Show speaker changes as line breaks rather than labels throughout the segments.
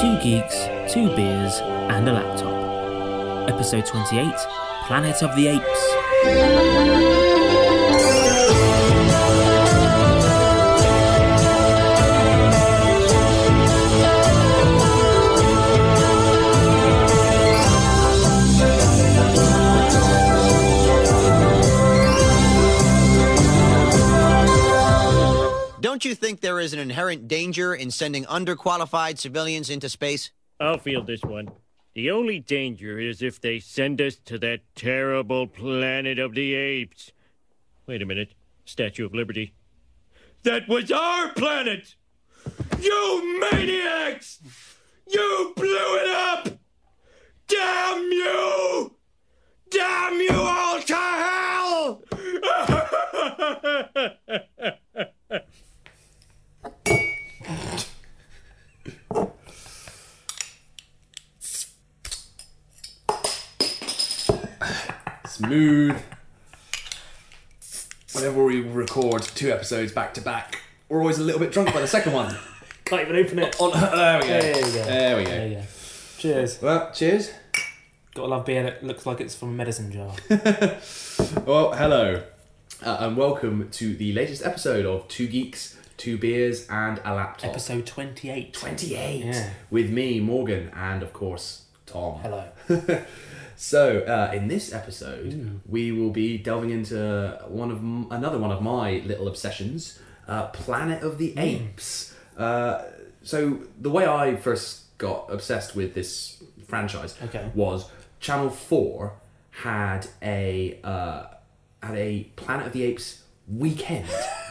Two geeks, two beers, and a laptop. Episode 28 Planet of the Apes.
Don't you think there is an inherent danger in sending underqualified civilians into space?
I'll field this one. The only danger is if they send us to that terrible planet of the apes. Wait a minute. Statue of Liberty. That was our planet! You maniacs! You blew it up! Damn you! Damn you all to hell!
smooth. Whenever we record two episodes back to back, we're always a little bit drunk by the second one.
Can't even open it.
On, uh, there we go.
There we go.
There we go.
There you go. Cheers.
Well, cheers.
Got a love beer that looks like it's from a medicine jar.
Well, hello, uh, and welcome to the latest episode of Two Geeks, Two Beers, and a Laptop.
Episode 28.
28
Yeah.
with me, Morgan, and of course, Tom.
Hello.
So, uh, in this episode,
Hmm.
we will be delving into one of m- another one of my little obsessions, uh, Planet of
Hmm.
the Apes. Uh, so, the way I first got obsessed with this franchise
Okay.
was Channel Four had a uh, had a Planet of the Apes weekend.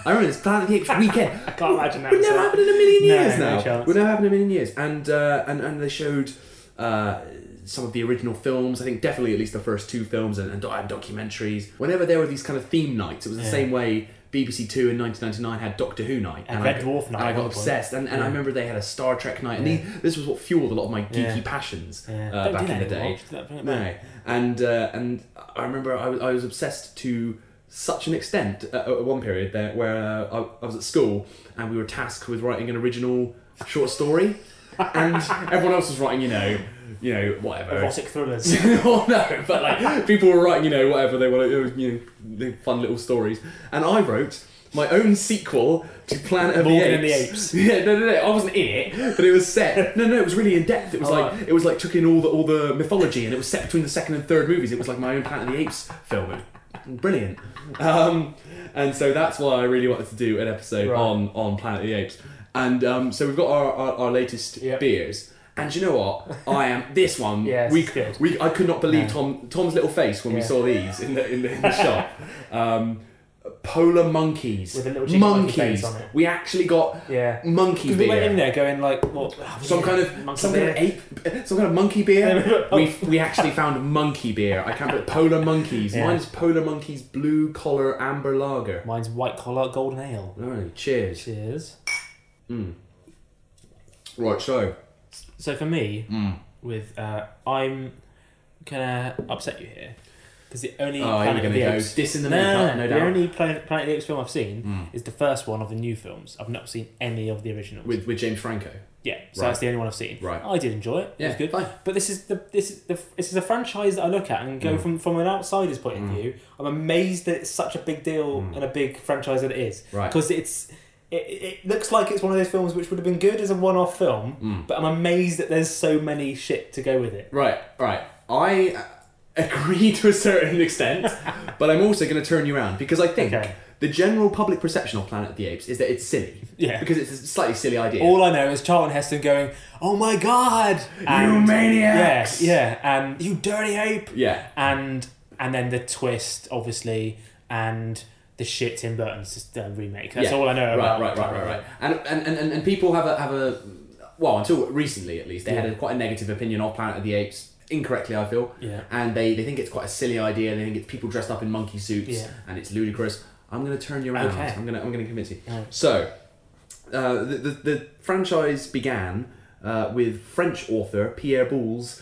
I remember this Planet of the Apes weekend. I
can't imagine that
Would never
was it.
happen in a million
No,
years
no
now.
chance.
Would never happen in a million years. And uh, and and they showed uh, some of the original films. I think definitely at least the first two films and, and, do- and documentaries. Whenever there were these kind of theme nights, it was the same way. BBC Two in 1999 had Doctor Who night
And
I
Red
got-
Dwarf
and
night
I
at
got
one point.
obsessed, and, and I remember they had a Star Trek night, and these, this was what fueled a lot of my geeky passions
Yeah.
uh,
Don't do
back
that
in the
anymore.
day.
Just don't bring it
No, and uh, and I remember I was, I was obsessed to such an extent at, at one period there where uh, I, I was at school and we were tasked with writing an original short story, and everyone else was writing, you know, you know, whatever.
Erotic thrillers.
oh no, but like people were writing, you know, whatever they want, to, you know, fun little stories, and I wrote. My own sequel to Planet of
Morgan
the
and the
Apes. Yeah, no, no, no. I wasn't in it, but it was set. No, no, it was really in depth. It was like it was like took in all the all the mythology, and it was set between the second and third movies. It was like my own Planet of the Apes film. Brilliant. Um, and so that's why I really wanted to do an episode on on Planet of the Apes. And um, so we've got our our, our latest
Yep.
beers. And do you know what? I am this one.
Yes,
we,
good.
we I could not believe Tom Tom's little face when we
Yeah.
saw these in the in the, in the shop. Um, polar monkeys.
With a little chicken monkey face on it.
We actually got
Yeah.
monkey
we went in
beer.
there going like, what?
Some kind of
Monkey
some kind of
beer.
ape, some kind of monkey beer. we we actually found monkey beer. I can't put polar monkeys.
Yeah.
Mine's polar monkeys blue collar amber lager.
Mine's white collar golden ale.
Alright, cheers.
Cheers.
hmm. Right, so
So for me, with uh, I'm gonna upset you here because the only
Oh, here we're
Planet of
gonna
the
go
Apes.
diss in the
no,
middle,
no,
no
no,
doubt.
The only Planet, Planet of the Apes film I've seen is the first one of the new films. I've not seen any of the originals.
with with James Franco.
Yeah, so
Right.
that's the only one I've seen.
Right.
I did enjoy it. it
Yeah,
was good.
fine.
But this is the this is the this is a franchise that I look at and go
Mm.
from from an outsider's point of view. I'm amazed that it's such a big deal and a big franchise that it is.
Mm. Right.
Because it's. It, it looks like it's one of those films which would have been good as a one-off film,
Mm.
but I'm amazed that there's so many shit to go with it.
Right, right. I uh, agree to a certain extent, but I'm also going to turn you around because I think
Okay.
the general public perception of Planet of the Apes is that it's silly.
Yeah.
Because it's a slightly silly idea.
All I know is Charlton Heston going, "Oh my god, and,
maniacs!"
Yeah, yeah, and you dirty ape!"
yeah.
and and then the twist, obviously, and the shit Tim Burton's just, uh, remake. That's
Yeah.
all I know
right,
about.
Right, right, right, right. And and, and, and, and people have a have a well until recently at least they had a,
Yeah.
quite a negative opinion of Planet of the Apes. Incorrectly, I feel.
Yeah.
And they, they think it's quite a silly idea. They think it's people dressed up in monkey suits
Yeah.
and it's ludicrous. I'm gonna turn you around.
Okay.
I'm gonna I'm gonna convince you.
Alright.
So, uh, the, the the franchise began uh, with French author Pierre Boulez.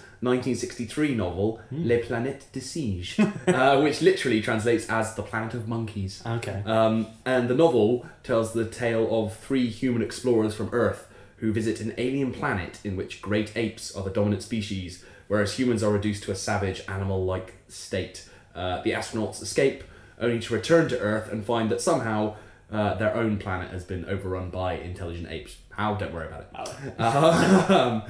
1963 novel
Hmm.
Les Planètes de Siege, uh, which literally translates as The Planet of Monkeys.
Okay.
Um, and the novel tells the tale of three human explorers from Earth who visit an alien planet in which great apes are the dominant species, whereas humans are reduced to a savage animal like state. Uh, the astronauts escape, only to return to Earth and find that somehow uh, their own planet has been overrun by intelligent apes. How? Don't worry about it. Um,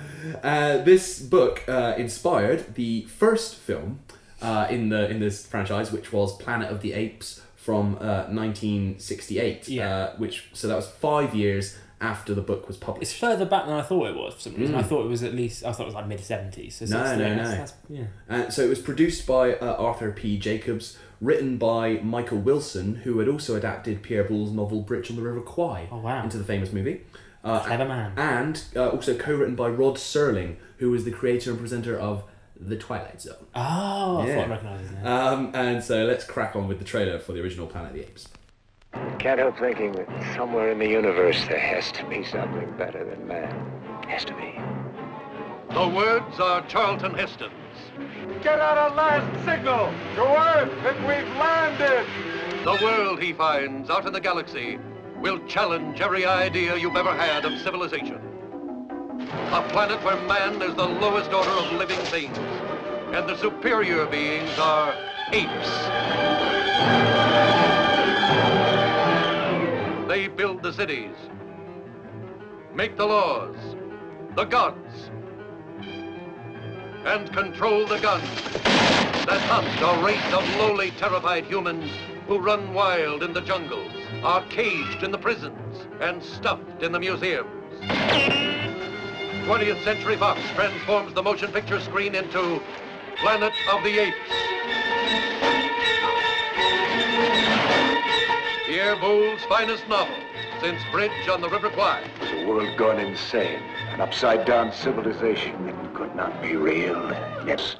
uh, this book uh, inspired the first film uh, in the in this franchise, which was Planet of the Apes from uh, 1968.
Yeah.
Uh, which so that was five years after the book was
It's
published.
further back than I thought it was for some reason. I thought it was at least I thought it was like mid seventies. So
Mm. No,
that's-
no,
that's-
no.
that's- yeah.
Uh, so it was produced by uh, Arthur P. Jacobs, written by Michael Wilson, who had also adapted Pierre Boulle novel Bridge on the River Kwai
Oh, wow.
into the famous movie. Uh,
Clever man.
And uh, also co-written by Rod Serling, who was the creator and presenter of The Twilight Zone.
Oh, I
Yeah.
thought I recognised his name.
Um, and so let's crack on with the trailer for the original Planet of the Apes.
Can't help thinking that somewhere in the universe there has to be something better than man. Has to be.
The words are Charlton Heston's. Get out a last signal to Earth that we've landed. The world he finds out in the galaxy will challenge every idea you've ever had of civilization. A planet where man is the lowest order of living things, and the superior beings are apes. They build the cities, make the laws, the gods, and control the guns that hunt a race of lowly, terrified humans who run wild in the jungles, are caged in the prisons, and stuffed in the museums. 20th Century Fox transforms the motion picture screen into Planet of the Apes. Pierre Boulle's finest novel since Bridge on the River Kwai.
It was a world gone insane. An upside down civilization that could not be real. Yes.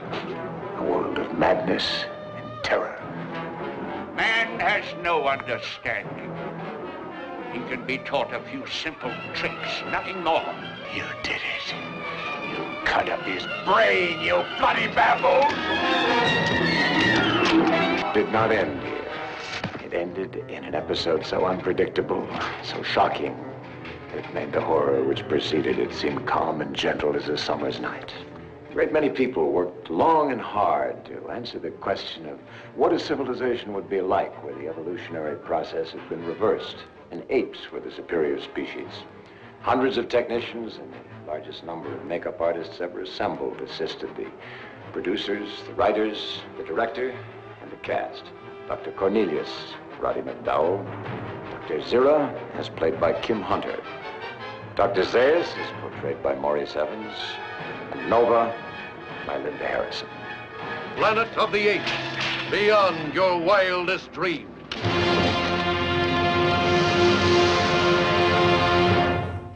A world of madness and terror.
Man has no understanding. He can be taught a few simple tricks, nothing more.
You did it. You cut up his brain, you bloody baboon! Did not end here. It ended in an episode so unpredictable, so shocking, that made the horror which preceded it seem calm and gentle as a summer's night. A great many people worked long and hard to answer the question of what a civilization would be like where the evolutionary process had been reversed and apes were the superior species. Hundreds of technicians and the largest number of makeup artists ever assembled assisted the producers, the writers, the director, and the cast. Dr. Cornelius, Roddy McDowell. Dr. Zira, as played by Kim Hunter. Dr. Zayas is portrayed by Maurice Evans. And Nova by Linda Harrison.
Planet of the Apes, beyond your wildest dreams.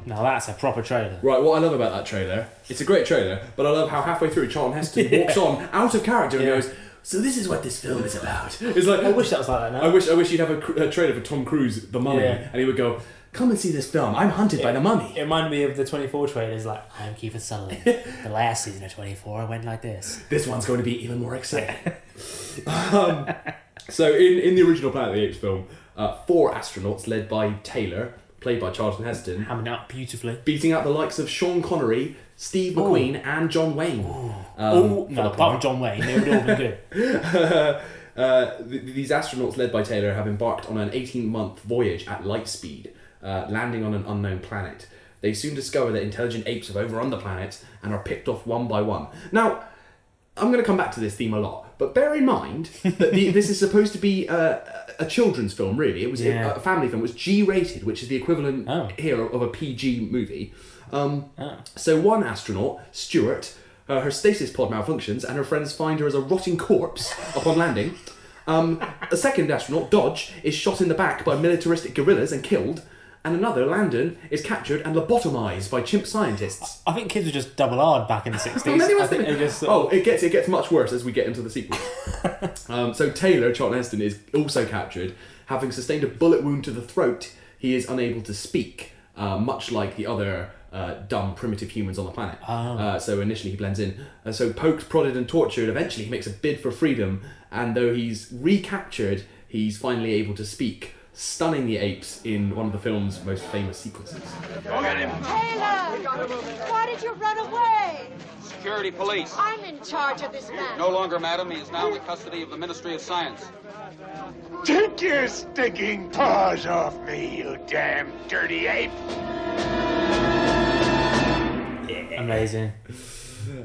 Now that's a proper trailer.
Right, what I love about that trailer, it's a great trailer, but I love how halfway through Charlton Heston walks on out of character and
Yeah.
goes, "So this is what this film is about." It's like
I wish that was like that now.
I wish I wish you'd have a, cr- a trailer for Tom Cruise, The Mummy,
Yeah.
and he would go, "Come and see this film. I'm hunted by the mummy."
It reminded me of the 24 trailers, like, I'm Kiefer Sutherland. the last season of 24 went like this.
This one's going to be even more exciting. um, so, in, in the original Planet of the Apes film, uh, four astronauts led by Taylor, played by Charlton Heston,
Hamming up beautifully.
beating out the likes of Sean Connery, Steve McQueen, and John Wayne. Um,
oh,
for the
no, apart
plot.
from John Wayne, they would all be good.
Uh, th- these astronauts, led by Taylor, have embarked on an 18 month voyage at light speed, uh, landing on an unknown planet. They soon discover that intelligent apes have overrun the planet and are picked off one by one. Now, I'm going to come back to this theme a lot, but bear in mind that the, this is supposed to be a, a children's film, really. It was a-
Yeah.
a, family film. It was G rated, which is the equivalent
Oh. Ah.
here of a PG movie. Um, So, one astronaut, Stuart, uh, her stasis pod malfunctions and her friends find her as a rotting corpse upon landing. Um, a second astronaut, Dodge, is shot in the back by militaristic guerrillas and killed. And another, Landon, is captured and lobotomized by chimp scientists.
I think kids were just double R'd back in the 60s.
Well, maybe it
I
must
think
have
they
been.
just sort of-
oh, it gets it gets much worse as we get into the sequel. um, so Taylor Charlton Heston is also captured, having sustained a bullet wound to the throat. He is unable to speak, uh, much like the other uh, dumb, primitive humans on the planet. Uh, so initially he blends in. Uh, so poked, prodded, and tortured. Eventually he makes a bid for freedom, and though he's recaptured, he's finally able to speak, stunning the apes in one of the film's most famous sequences.
Taylor! Why did you run away?
Security police.
I'm in charge of this man.
No longer, madam. He is now in the custody of the Ministry of Science.
Take your stinking paws off me, you damn dirty ape!
Amazing.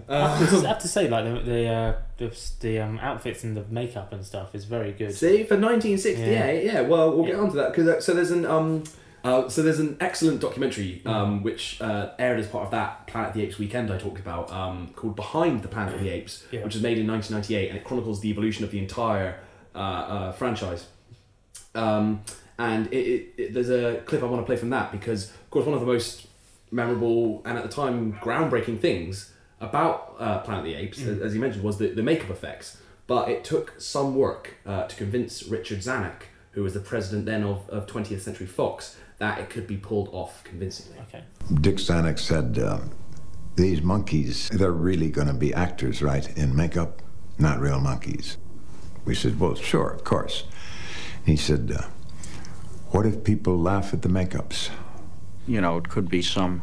I
Um,
have to- I have to say, like the the uh, the, the um, outfits and the makeup and stuff is very good.
See for 1968. Yeah, well, we'll get onto that because uh, so there's an um, uh, so there's an excellent documentary
Mm.
um, which uh, aired as part of that Planet of the Apes weekend I talked about um, called Behind the Planet of the Apes,
Yeah.
which was made in 1998 and it chronicles the evolution of the entire uh, uh, franchise. Um, and it, it, it, there's a clip I want to play from that because, of course, one of the most memorable and at the time groundbreaking things about uh, Planet of the Apes, as you mentioned, was the, the makeup effects. But it took some work uh, to convince Richard Zanuck, who was the president then of, of 20th Century Fox, that it could be pulled off convincingly.
Okay.
Dick Stanek said, um, These monkeys, they're really going to be actors, right? In makeup, not real monkeys. We said, Well, sure, of course. And he said, uh, What if people laugh at the makeups?
You know, it could be some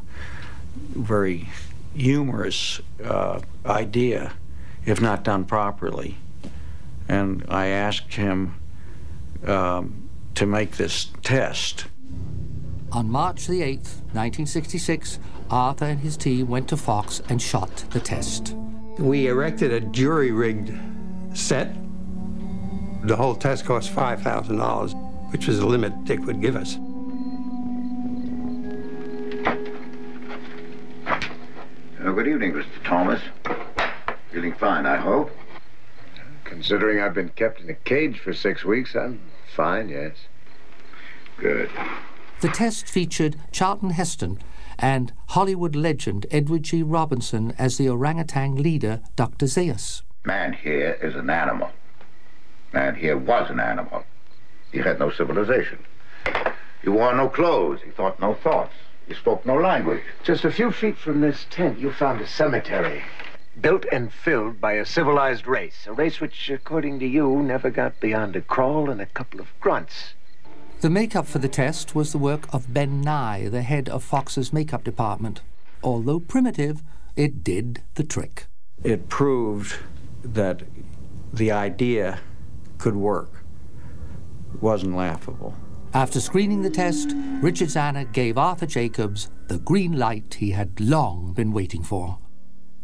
very humorous uh, idea if not done properly. And I asked him um, to make this test.
On March the 8th, 1966, Arthur and his team went to Fox and shot the test.
We erected a jury rigged set. The whole test cost $5,000, which was the limit Dick would give us.
good evening, Mr. Thomas. Feeling fine, I hope. Considering I've been kept in a cage for six weeks, I'm fine, yes. Good.
The test featured Charlton Heston and Hollywood legend Edward G. Robinson as the orangutan leader, Dr. Zeus.
Man here is an animal. Man here was an animal. He had no civilization. He wore no clothes. He thought no thoughts. He spoke no language.
Just a few feet from this tent, you found a cemetery. Built and filled by a civilized race. A race which, according to you, never got beyond a crawl and a couple of grunts.
The makeup for the test was the work of Ben Nye, the head of Fox's makeup department. Although primitive, it did the trick.
it proved that the idea could work. It wasn't laughable.
After screening the test, Richard Zanuck gave Arthur Jacobs the green light he had long been waiting for.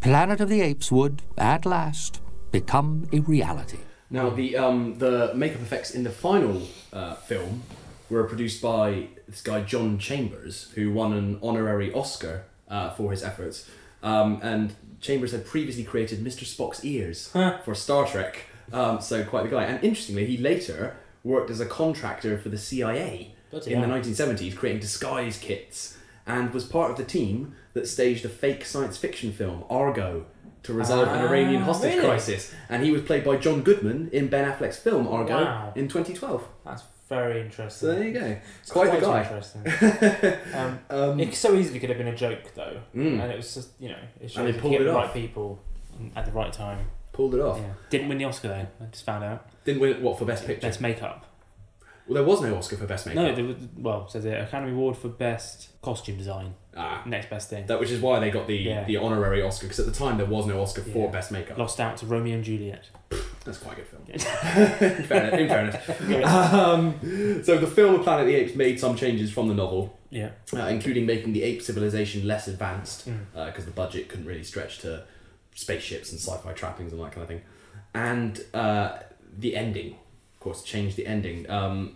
Planet of the Apes would, at last, become a reality.
Hmm.
Now, the um, the makeup effects in the final uh, film were produced by this guy John Chambers, who won an honorary Oscar uh, for his efforts. Um, and Chambers had previously created Mr. Spock's ears for Star Trek, um, so quite the guy. And interestingly, he later worked as a contractor for the CIA
Bloody
in the
hell.
1970s, creating disguise kits, and was part of the team that staged a fake science fiction film, Argo, to resolve an Iranian hostage
Ah, really?
crisis. This. And he was played by John Goodman in Ben Affleck's film Argo
Wow.
in 2012.
That's very interesting.
So there you go. Quite, the guy.
interesting. um, it so easily could have been a joke though, and it was just you know it shows
Mm. they
if you
pulled
get
it
the
off.
right people at the right time.
Pulled it off.
Yeah. Didn't win the Oscar though. I just found out.
Didn't win it, what, for Best Picture?
Best makeup.
Well, there was no Oscar for Best Makeup.
No, there was, well, so the Academy Award for best costume design.
Ah.
Next best thing.
That, which is why they got the,
Yeah.
the honorary Oscar, because at the time there was no Oscar for Best Makeup.
Lost out to Romeo and Juliet.
That's quite a good film. in fairness. In fairness. um, so the film of Planet of the Apes made some changes from the novel.
Yeah.
uh, including making the ape civilization less advanced because the budget couldn't really stretch to spaceships and sci-fi trappings and that kind of thing. And uh, the ending, of course, changed the ending um,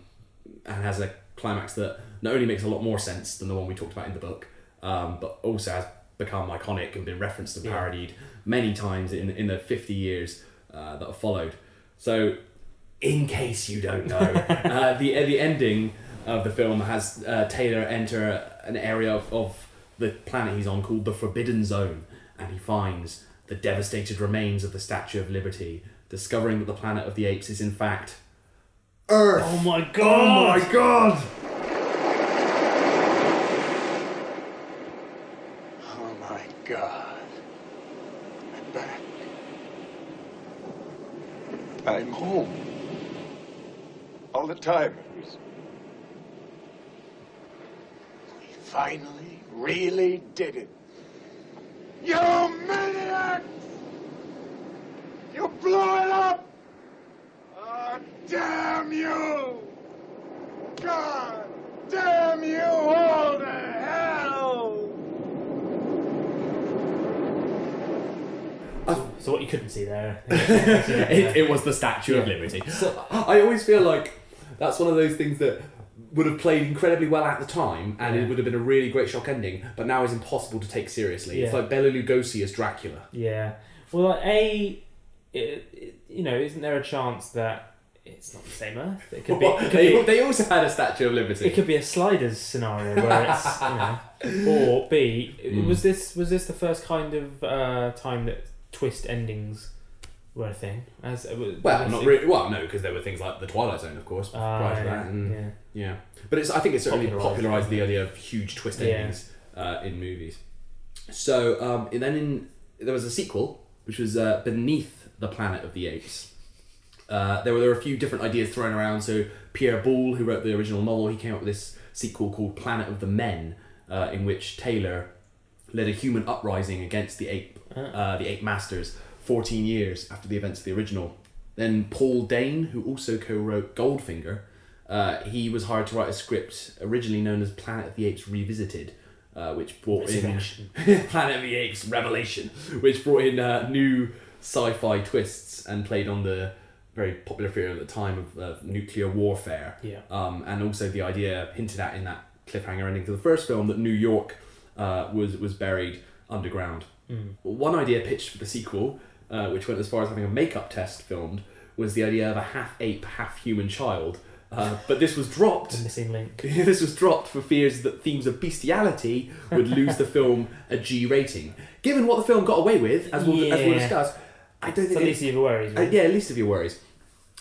and has a climax that not only makes a lot more sense than the one we talked about in the book, um, but also has become iconic and been referenced and parodied many times in, in the 50 years uh, that have followed. So in case you don't know, uh, the the ending of the film has uh, Taylor enter an area of, of the planet he's on called the Forbidden Zone, and he finds the devastated remains of the Statue of Liberty, discovering that the planet of the apes is in fact Earth.
Oh my god!
god!
I'm home. All the time. It was- We finally really did it. You maniacs! You blew it up! Oh, damn you! God damn you all to hell!
So what you couldn't see there.
it, it was the Statue of
Yeah.
Liberty.
So-
I always feel like that's one of those things that would have played incredibly well at the time, and it would have been a really great shock ending. But now is impossible to take seriously. It's
Yeah.
like Bela Lugosi as Dracula.
Yeah. Well, like, a, it, it- you know, isn't there a chance that it's not the same Earth? It could be. It could
they,
be
they also had a Statue of Liberty.
it could be a sliders scenario where it's you know, or B
Mm.
was this was this the first kind of uh, time that twist endings were a thing as it was,
Well,
was
not
it-
really. Well, no, because there were things like the Twilight Zone, of course,
Ah,
prior to
yeah,
that. and-
yeah.
yeah. But it's. I think it's certainly
Popularised.
popularised, the idea of huge twist
Yeah.
endings uh, in movies. So um, and then in there was a sequel, which was uh, Beneath the Planet of the Apes. Uh, there were there were a few different ideas thrown around. So Pierre Boulle, who wrote the original novel, he came up with this sequel called Planet of the Men, uh, in which Taylor led a human uprising against the ape,
Ah.
uh, the ape masters, fourteen years after the events of the original. Then Paul Dane, who also co-wrote Goldfinger, uh, he was hired to write a script originally known as Planet of the Apes Revisited, uh, which brought in
Resurrection.
Planet of the Apes Revelation, which brought in uh, new sci-fi twists and played on the very popular theory at the time of uh, nuclear warfare.
Yeah.
Um, and also the idea hinted at in that cliffhanger ending to the first film that New York uh, was was buried underground.
Mm.
One idea pitched for the sequel, uh, which went as far as having a makeup test filmed, was the idea of a half ape, half human child. Uh, but this was dropped.
The missing link.
this was dropped for fears that themes of bestiality would lose the film a G rating. Given what the film got away with, as we'll, as we'll
Yeah.
discuss, I don't
It's
think
the least of your worries,
Uh,
really.
yeah, least of your worries.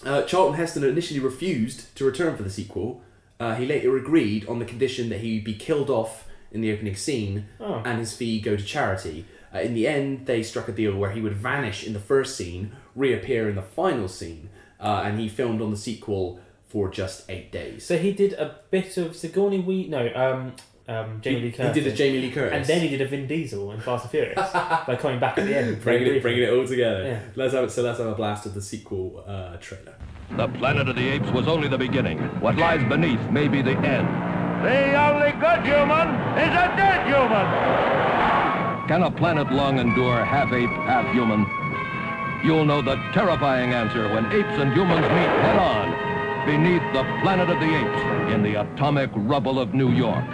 Uh, Charlton Heston initially refused to return for the sequel. Uh, he later agreed on the condition that he be killed off in the opening scene
Oh.
and his fee go to charity. Uh, in the end, they struck a deal where he would vanish in the first scene, reappear in the final scene, uh, and he filmed on the sequel for just eight days.
So he did a bit of Sigourney Wee no um um Jamie
He-
Lee
he
Curtis.
did a Jamie Lee Curtis.
and then he did a Vin Diesel in Fast and Furious by coming back at the end. very
bringing it,
briefly.
bringing it all together.
Yeah.
Let's have it. So let's have a blast of the sequel uh, trailer.
The Planet of the Apes was only the beginning. What lies beneath may be the end. The only good human is a dead human. Can a planet long endure half ape, half human? You'll know the terrifying answer when apes and humans meet head on beneath the Planet of the Apes in the atomic rubble of New York.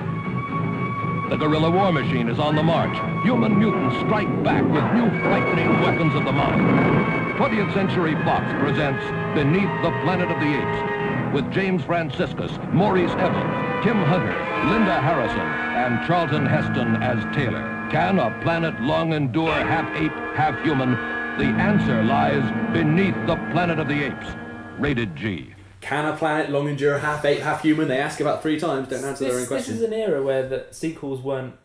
The guerrilla war machine is on the march. Human mutants strike back with new frightening weapons of the mind. 20th Century Fox presents Beneath the Planet of the Apes with James Franciscus, Maurice Evans, Tim Hunter, Linda Harrison, and Charlton Heston as Taylor. Can a planet long endure half ape, half human? The answer lies beneath the Planet of the Apes. Rated G.
Can a planet long endure half ape, half human? They ask about three times, don't answer their own
This, this
question.
is an era where the sequels weren't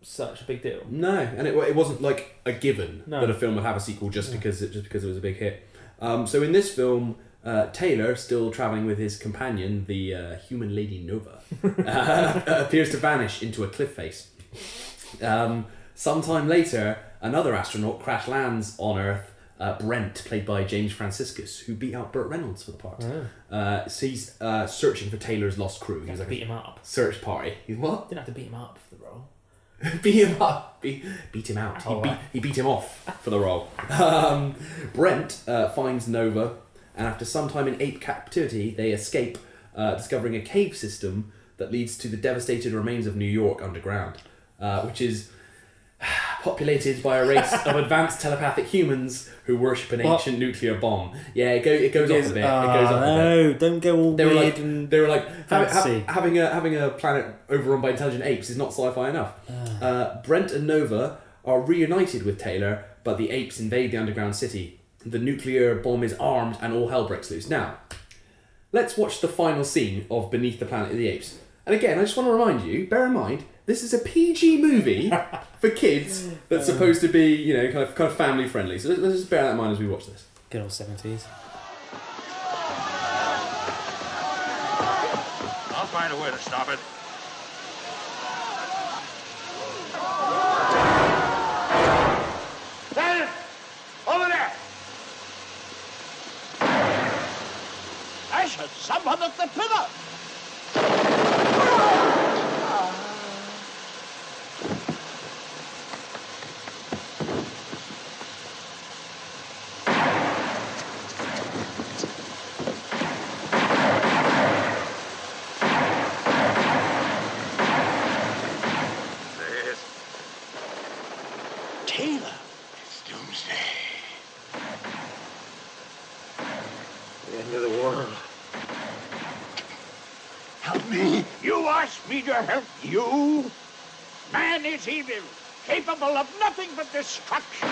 such a big deal.
No, and it, it wasn't like a given
No.
that a film would have a sequel just because it, just because it was a big hit. Um, so in this film, uh, Taylor, still traveling with his companion, the uh, human lady Nova, uh, appears to vanish into a cliff face. Um, sometime later, another astronaut crash lands on Earth. Uh, Brent, played by James Franciscus, who beat out Burt Reynolds for the part. Uh, so he's uh, searching for Taylor's lost crew. He's like
Oh. beat
a
him up.
Search party. He's what?
Didn't have to beat him up for the role.
beat him up. Beat, beat him out.
Oh,
he, beat,
right.
he beat him off for the role. Um, Brent uh, finds Nova, and after some time in ape captivity, they escape, uh, discovering a cave system that leads to the devastated remains of New York underground, uh, which is populated by a race of advanced telepathic humans who worship an
What?
ancient nuclear bomb. Yeah, it, go, it goes off a bit.
Oh,
it goes off a bit
no, don't go all
they were
weird
like,
and
they were like ha- ha-
fancy.
having a having a planet overrun by intelligent apes is not sci-fi enough.
Ah.
Uh, Brent and Nova are reunited with Taylor, but the apes invade the underground city. The nuclear bomb is armed, and all hell breaks loose. Now, let's watch the final scene of Beneath the Planet of the Apes. And again, I just want to remind you, bear in mind, this is a PG movie for kids that's
Uh.
supposed to be, you know, kind of kind of family friendly. So let's, let's just bear that in mind as we watch this.
Good old seventies.
find a way to stop it.
Landon! Over there!
Ashes! Someone at the pillar!
There he is.
Taylor!
It's doomsday. The end of the world.
Help me! You asked me to help you? Man is evil, capable of nothing but destruction.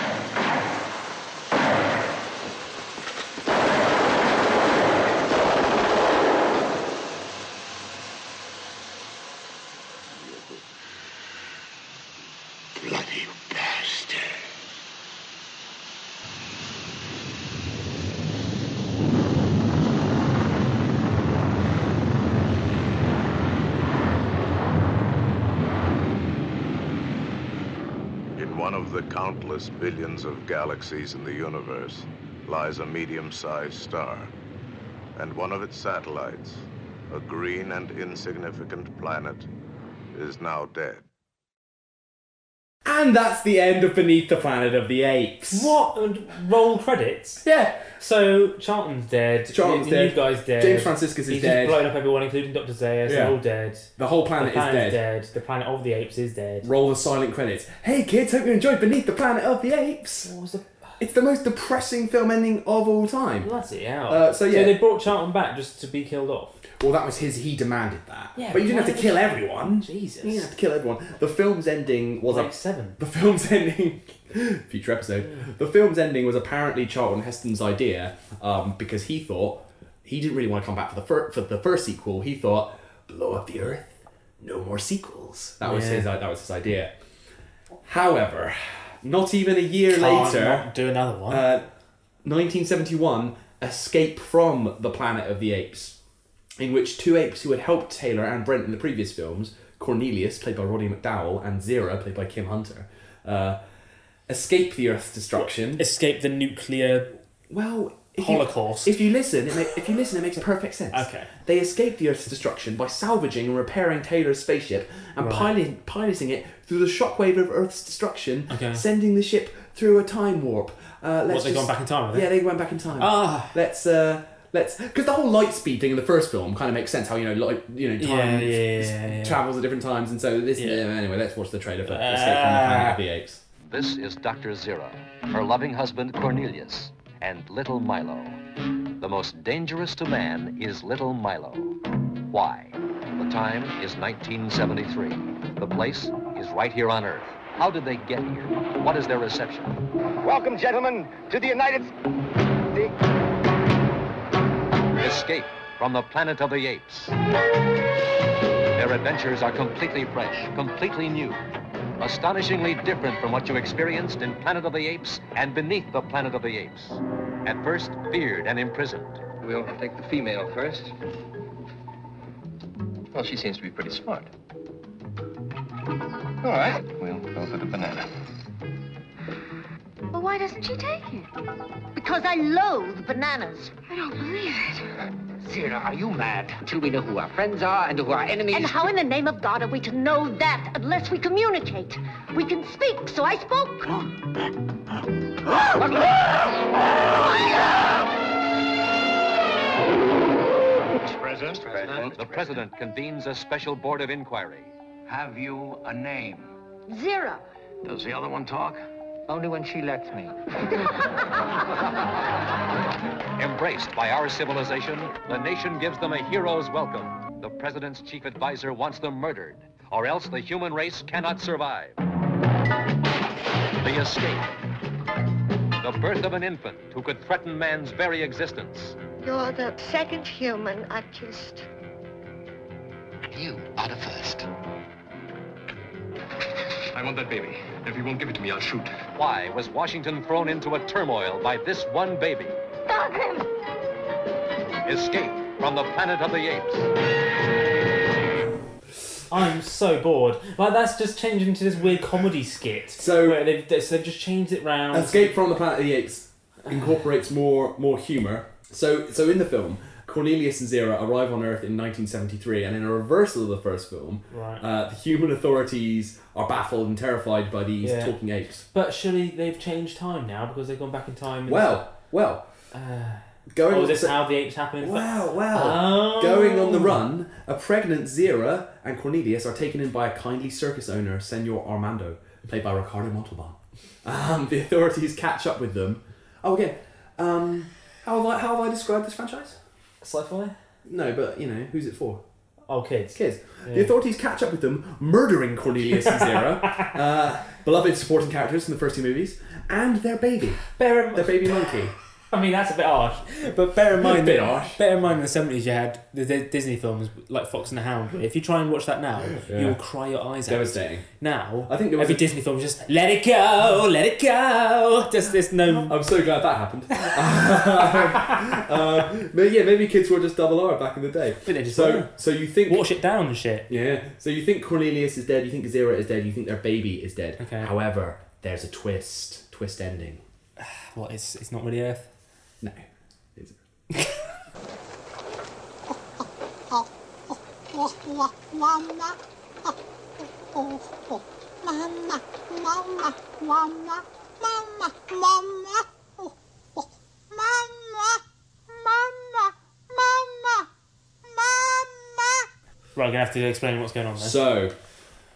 Bloody bastard.
In one of the countless billions of galaxies in the universe lies a medium sized star, and one of its satellites, a green and insignificant planet, is now dead.
And that's the end of Beneath the Planet of the Apes.
What? And roll credits?
Yeah.
So Charlton's dead.
Charlton's
the, the
dead.
new guy's dead.
James Franciscus is
He's
dead.
Just blown up everyone, including Doctor Zeus.
Yeah.
They're all dead.
The whole planet is
planet's dead. The planet of the apes is dead.
Roll the silent credits. Hey kids, hope you enjoyed Beneath the Planet of the Apes. It's the most depressing film ending of all time.
Bloody hell.
Uh, so yeah.
they brought Charlton back just to be killed off.
Well, that was his. He demanded that.
Yeah,
but you didn't
why
have to
would
kill
you-
everyone.
Jesus.
You didn't have to kill everyone. The film's ending was
Like
a-
seven.
The film's ending. Future episode. The film's ending was apparently Charlton Heston's idea um, because he thought he didn't really want to come back for the fir- for the first sequel. He thought blow up the Earth, no more sequels. That was
Yeah.
his. That was his idea. However, not even a year
Can't
later,
not do another one.
Uh, 1971, Escape from the Planet of the Apes, in which two apes who had helped Taylor and Brent in the previous films, Cornelius, played by Roddy McDowell, and Zira, played by Kim Hunter, uh, escape the Earth's destruction.
Escape the nuclear.
Well. if you-
Holocaust.
if you listen, it ma- if you listen, it makes perfect sense.
Okay.
They escaped the Earth's destruction by salvaging and repairing Taylor's spaceship and
Right.
pilot, piloting it through the shockwave of Earth's destruction,
Okay.
sending the ship through a time warp. Uh,
What,
let's
they gone
just-
back in time, have they?
Yeah, they went back in time.
Ah.
Let's uh, let's because the whole light speed thing in the first film kind of makes sense. How you know, like you know, time
Yeah, yeah,
s-
yeah, yeah.
travels at different times, and so this. Anyway, let's watch the trailer for Escape from the
Ah.
Planet of the Apes.
This is Dr. Zira, her loving husband Cornelius, and little Milo. The most dangerous to man is little Milo. Why? The time is 1973. The place is right here on Earth. How did they get here? What is their reception?
Welcome, gentlemen, to the United
Escape from the planet of the apes. Their adventures are completely fresh, completely new, astonishingly different from what you experienced in Planet of the Apes and beneath the Planet of the Apes. At first, feared and imprisoned.
We'll take the female first. Well, she seems to be pretty smart. All right, we'll go for the banana.
Well, why doesn't she take it? Because I loathe bananas. I don't believe it.
Zira, are you mad? Till we know who our friends are and who our enemies.
And how in the name of God are we to know that unless we communicate? We can speak, so I spoke.
Mr. President. The president convenes a special board of inquiry. Have you a name?
Zero.
Does the other one talk?
Only when she lets me.
Embraced by our civilization, the nation gives them a hero's welcome. The president's chief advisor wants them murdered, or else the human race cannot survive. The escape. The birth of an infant who could threaten man's very existence.
You're the second human I've kissed.
You are the first.
I want that baby. If you won't give it to me, I'll shoot. Why was Washington thrown into a turmoil by this one baby?
Stop him!
Escape from the planet of the apes.
I'm so bored. Like that's just changed into this weird comedy skit. So where they've, they- so they've just changed it round.
Escape from the Planet of the Apes incorporates more more humor. So so in the film, Cornelius and Zira arrive on Earth in 1973, and in a reversal of the first film,
Right.
uh, the human authorities are baffled and terrified by these
Yeah.
talking apes.
But surely they've changed time now because they've gone back in time. and-
Well, well,
Uh,
Going
oh,
on
is this
to-
how the apes happened?
Wow, wow.
Oh.
Going on the run, a pregnant Zira and Cornelius are taken in by a kindly circus owner, Senor Armando, played by Ricardo Montalban. Um, the authorities catch up with them. Oh, again, um, how, have I, how have I described this franchise?
Sci fi?
No, but, you know, who's it for?
Oh, kids.
Kids. The
Yeah.
authorities catch up with them, murdering Cornelius and Zira, uh, beloved supporting characters from the first two movies, and their baby.
Bear
their baby monkey.
I mean, that's a bit harsh. But bear in mind,
Bit
that-
harsh.
bear in mind, in the seventies you had the D- Disney films like Fox and the Hound. If you try and watch that now,
Yeah.
you will cry your eyes
Devastating.
out. Now,
I think there was
every
a-
Disney film is just let it go, let it go. Just there's no.
I'm so glad that happened. Uh, but yeah, maybe kids were just double R back in the day.
But they just
so,
were.
so you think
wash it down and shit.
Yeah. So you think Cornelius is dead? You think Zira is dead? You think their baby is dead?
Okay.
However, there's a twist. Twist ending.
Well, it's it's not really Earth.
No.
Mama. Oh, oh. Mama, mama, mama, mama, mama. Oh, oh. Mama, mama, mama, mama.
Right, I'm gonna have to explain what's going on there.
So,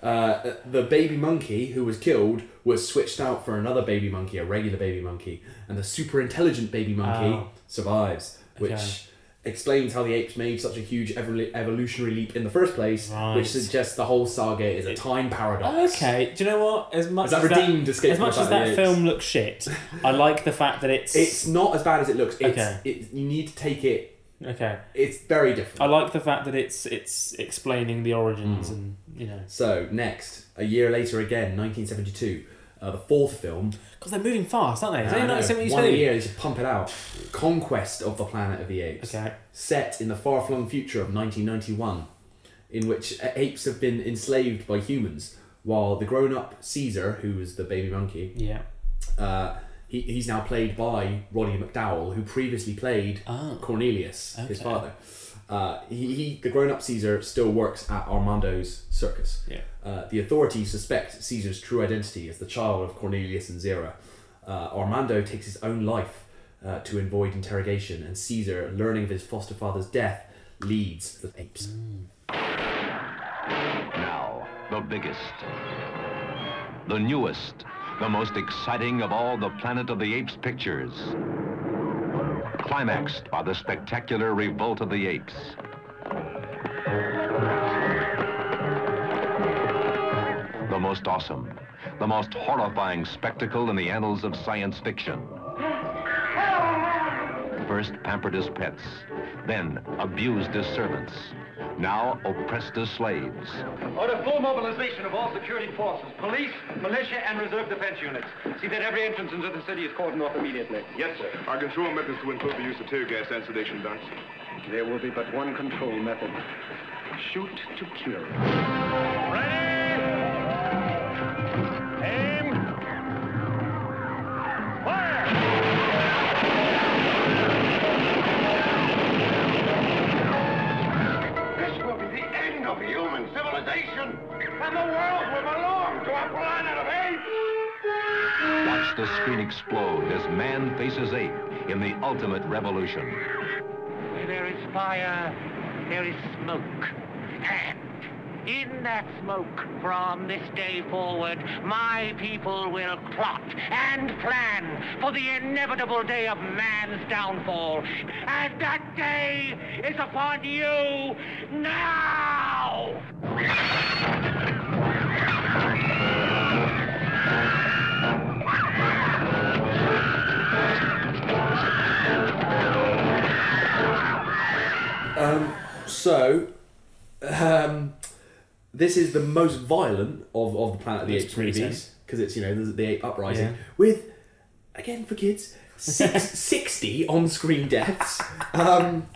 uh, the baby monkey who was killed was switched out for another baby monkey, a regular baby monkey, and the super intelligent baby monkey
Oh.
survives, which
Okay.
explains how the apes made such a huge evol- evolutionary leap in the first place,
Right.
which suggests the whole saga is a time paradox.
Okay, do you know what? As much
Is that
as
redeemed Escape
as
from
much
the
as
Planet
that
of the Apes?
film looks shit, I like the fact that it's
It's not as bad as it looks. It's,
Okay.
it, you need to take it.
okay.
It's very different. Mm.
I like the fact that it's it's explaining the origins and you know
So next, a year later again, 1972, uh, the fourth film.
because they're moving fast, aren't they? Is
I
that
know,
not something you
one
say?
year, they just pump it out. Conquest of the Planet of the Apes.
Okay.
Set in the far-flung future of 1991, in which uh, apes have been enslaved by humans, while the grown-up Caesar, who was the baby monkey,
Yeah.
uh, he, he's now played by Roddy McDowell, who previously played Cornelius, his
Ah. okay.
father. Uh, he, he, the grown up Caesar still works at Armando's circus.
Yeah.
Uh, the authorities suspect Caesar's true identity as the child of Cornelius and Zira. Uh, Armando takes his own life uh, to avoid interrogation, and Caesar, learning of his foster father's death, leads the apes.
Now, the biggest, the newest, the most exciting of all the Planet of the Apes pictures. Climaxed by the spectacular revolt of the apes. The most awesome, the most horrifying spectacle in the annals of science fiction. First pampered as pets, then abused as servants, now oppressed as slaves.
Order full mobilization of all security forces, police, militia, and reserve defense units. See that every entrance into the city is cordoned off immediately.
Yes, sir. Our control methods to include the use of tear gas and sedation darts.
There will be but one control method. Shoot to kill.
This will be the end of human civilization and the world will belong to a planet of apes.
Watch the screen explode as man faces ape in the ultimate revolution.
There is fire, there is smoke. And in that smoke, from this day forward, my people will plot and plan for the inevitable day of man's downfall. And that day is upon you now!
Um, so, um, this is the most violent of, of the Planet of the
That's
Apes
pretty
movies because it's you know the, the ape uprising
Yeah.
with again for kids six, 60 on-screen deaths. Um,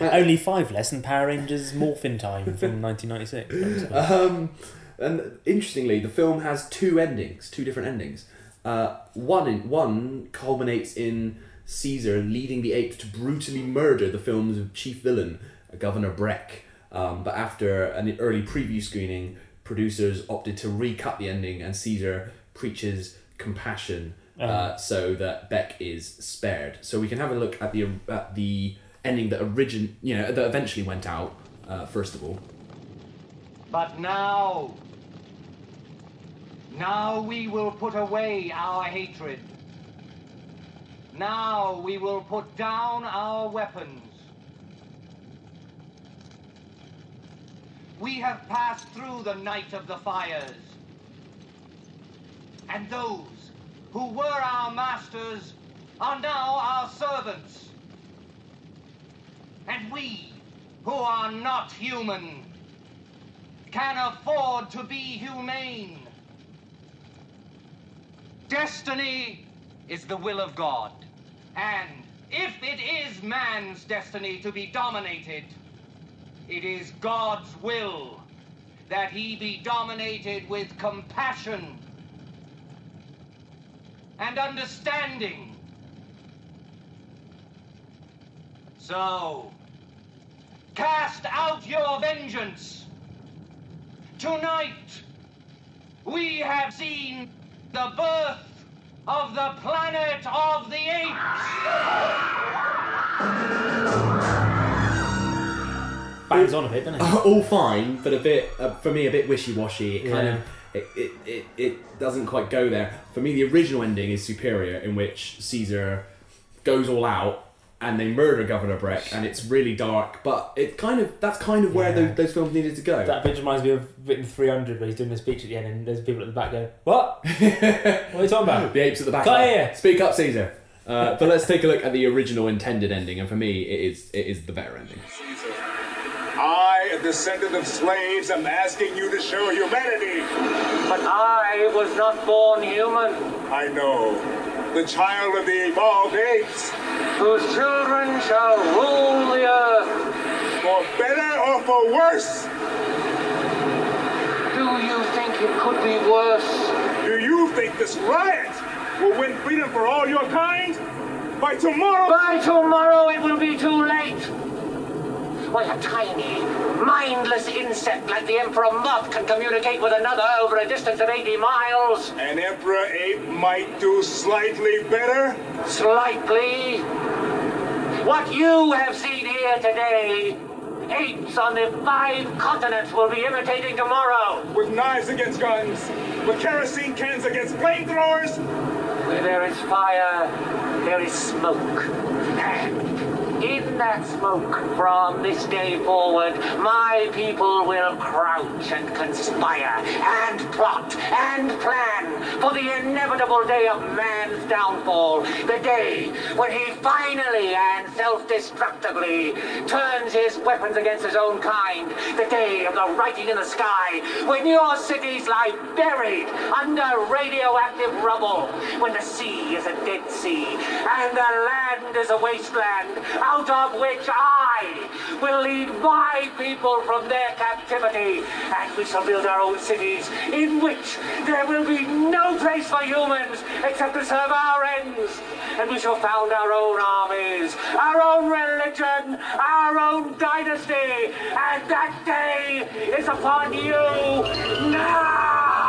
Only five less than Power Rangers Morphin Time from 1996.
Um, and interestingly, the film has two endings, two different endings. Uh, one in, one culminates in Caesar leading the apes to brutally murder the film's chief villain, Governor Breck. Um, but after an early preview screening, producers opted to recut the ending, and Caesar preaches compassion uh,
Oh.
so that Beck is spared. So we can have a look at the at the ending that origin you know that eventually went out uh, first of all.
But now, now we will put away our hatred. Now we will put down our weapons. We have passed through the night of the fires. And those who were our masters are now our servants. And we, who are not human, can afford to be humane. Destiny is the will of God. And if it is man's destiny to be dominated, it is God's will that he be dominated with compassion and understanding. So, cast out your vengeance. Tonight, we have seen the birth of the planet of the apes.
Bangs on a bit, doesn't it?
all fine, but a bit uh, for me a bit wishy washy. It kind
Yeah.
of it, it, it, it doesn't quite go there. For me, the original ending is superior, in which Caesar goes all out and they murder Governor Breck, and it's really dark. But it kind of that's kind of where tho- those films needed to go.
That bit reminds me of written 300 where he's doing the speech at the end and there's people at the back going, What? what are you talking about?
The apes at the back.
Cut
like,
here!
Speak up, Caesar. Uh, but let's take a look at the original intended ending, and for me, it is it is the better ending.
I, a descendant of slaves, am asking you to show humanity. But I was not born human. I know. The child of the evolved apes. Whose children shall rule the earth. For better or for worse. Do you think it could be worse? Do you think this riot will win freedom for all your kind? By tomorrow.
By tomorrow, it will be too late. Why, a tiny, mindless insect like the Emperor Moth can communicate with another over a distance of 80 miles.
An emperor ape might do slightly better.
Slightly. What you have seen here today, apes on the five continents will be imitating tomorrow.
With knives against guns, with kerosene cans against flamethrowers.
Where there is fire, there is smoke. And in that smoke, from this day forward, my people will crouch and conspire and plot and plan for the inevitable day of man's downfall. The day when he finally and self-destructively turns his weapons against his own kind. The day of the writing in the sky when your cities lie buried under radioactive rubble. When the sea is a dead sea and the land is a wasteland out of which I will lead my people from their captivity. And we shall build our own cities in which there will be no place for humans except to serve our ends. And we shall found our own armies, our own religion, our own dynasty. And that day is upon you now.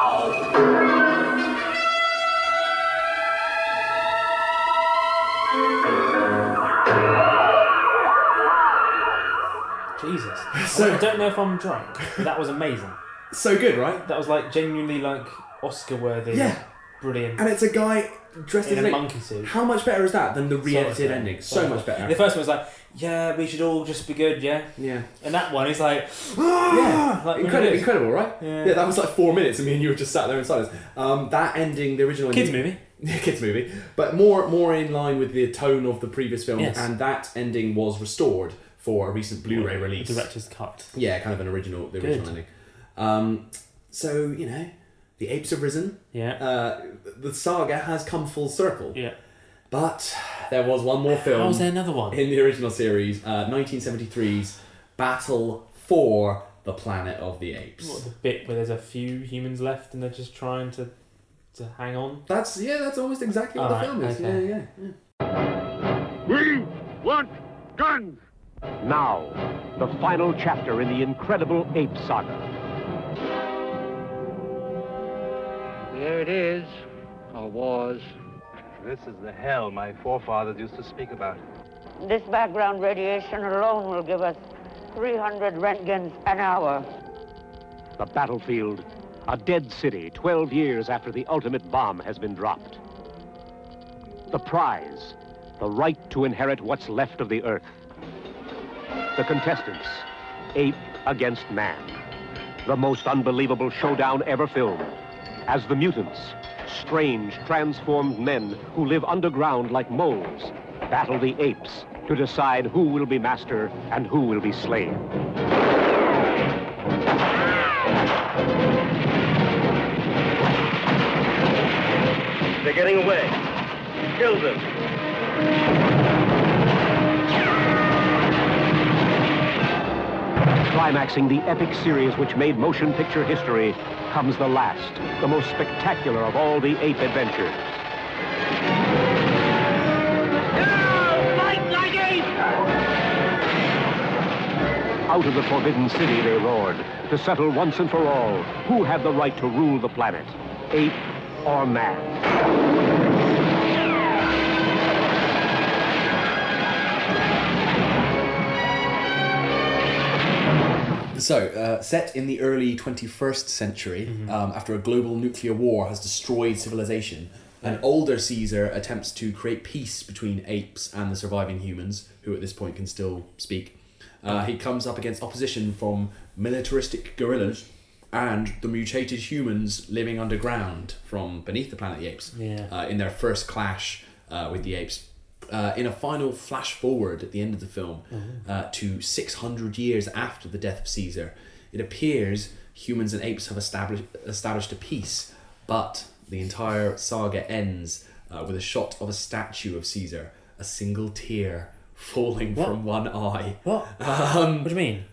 Jesus.
So-
I don't know if I'm drunk, but that was amazing.
so good, right?
That was like genuinely like Oscar worthy.
Yeah.
Brilliant.
And it's a guy dressed
in,
in
a
an ape.
monkey suit.
How much better is that than the
So much
re-edited
better.
ending? So much better.
The first one was like, yeah, we should all just be good, yeah?
Yeah.
And that one is like, "Ah!"
yeah,
Like,
incredible,
really-
incredible, right?
Yeah.
that was like four minutes, and me and you were just sat there in silence. Um, that ending, the original
Kids
ending, movie, kids movie, but more more in line with the tone of the previous film,
Yes.
and that ending was restored for a recent Blu-ray release,
director's cut.
Yeah, kind of an original, the
Good.
original ending. Um, so you know, the apes have risen.
Yeah.
Uh, the saga has come full circle.
Yeah.
But there was one more film.
How was there another one?
In the original series, uh, 1973's Battle for the Planet of the Apes.
What, the bit where there's a few humans left and they're just trying to to hang on.
That's yeah. That's almost exactly what the
Alright,
film is.
okay.
Yeah, yeah, yeah.
We want guns! Now, the final chapter in the incredible ape saga.
There it is. Our wars. This is the hell my forefathers used to speak about.
This background radiation alone will give us 300 rentgens an hour.
The battlefield, a dead city 12 years after the ultimate bomb has been dropped. The prize, the right to inherit what's left of the Earth. The contestants, ape against man. The most unbelievable showdown ever filmed. As the mutants, strange, transformed men who live underground like moles, battle the apes to decide who will be master and who will be slain.
They're getting away. Kill them.
Climaxing the epic series which made motion picture history comes the last, the most spectacular of all the ape adventures.
Fight like
Out of the forbidden city they roared to settle once and for all who had the right to rule the planet, ape or man.
So, uh, set in the early 21st century, um, after a global nuclear war has destroyed civilization, an older Caesar attempts to create peace between apes and the surviving humans, who at this point can still speak. Uh, he comes up against opposition from militaristic guerrillas and the mutated humans living underground from beneath the planet of the apes
Yeah.
uh, in their first clash uh, with the apes. Uh, in a final flash forward at the end of the film, uh, to 600 years after the death of Caesar. It appears humans and apes have established, established a peace, but the entire saga ends uh, with a shot of a statue of Caesar, a single tear falling from one eye.
What?
Um,
what do you mean?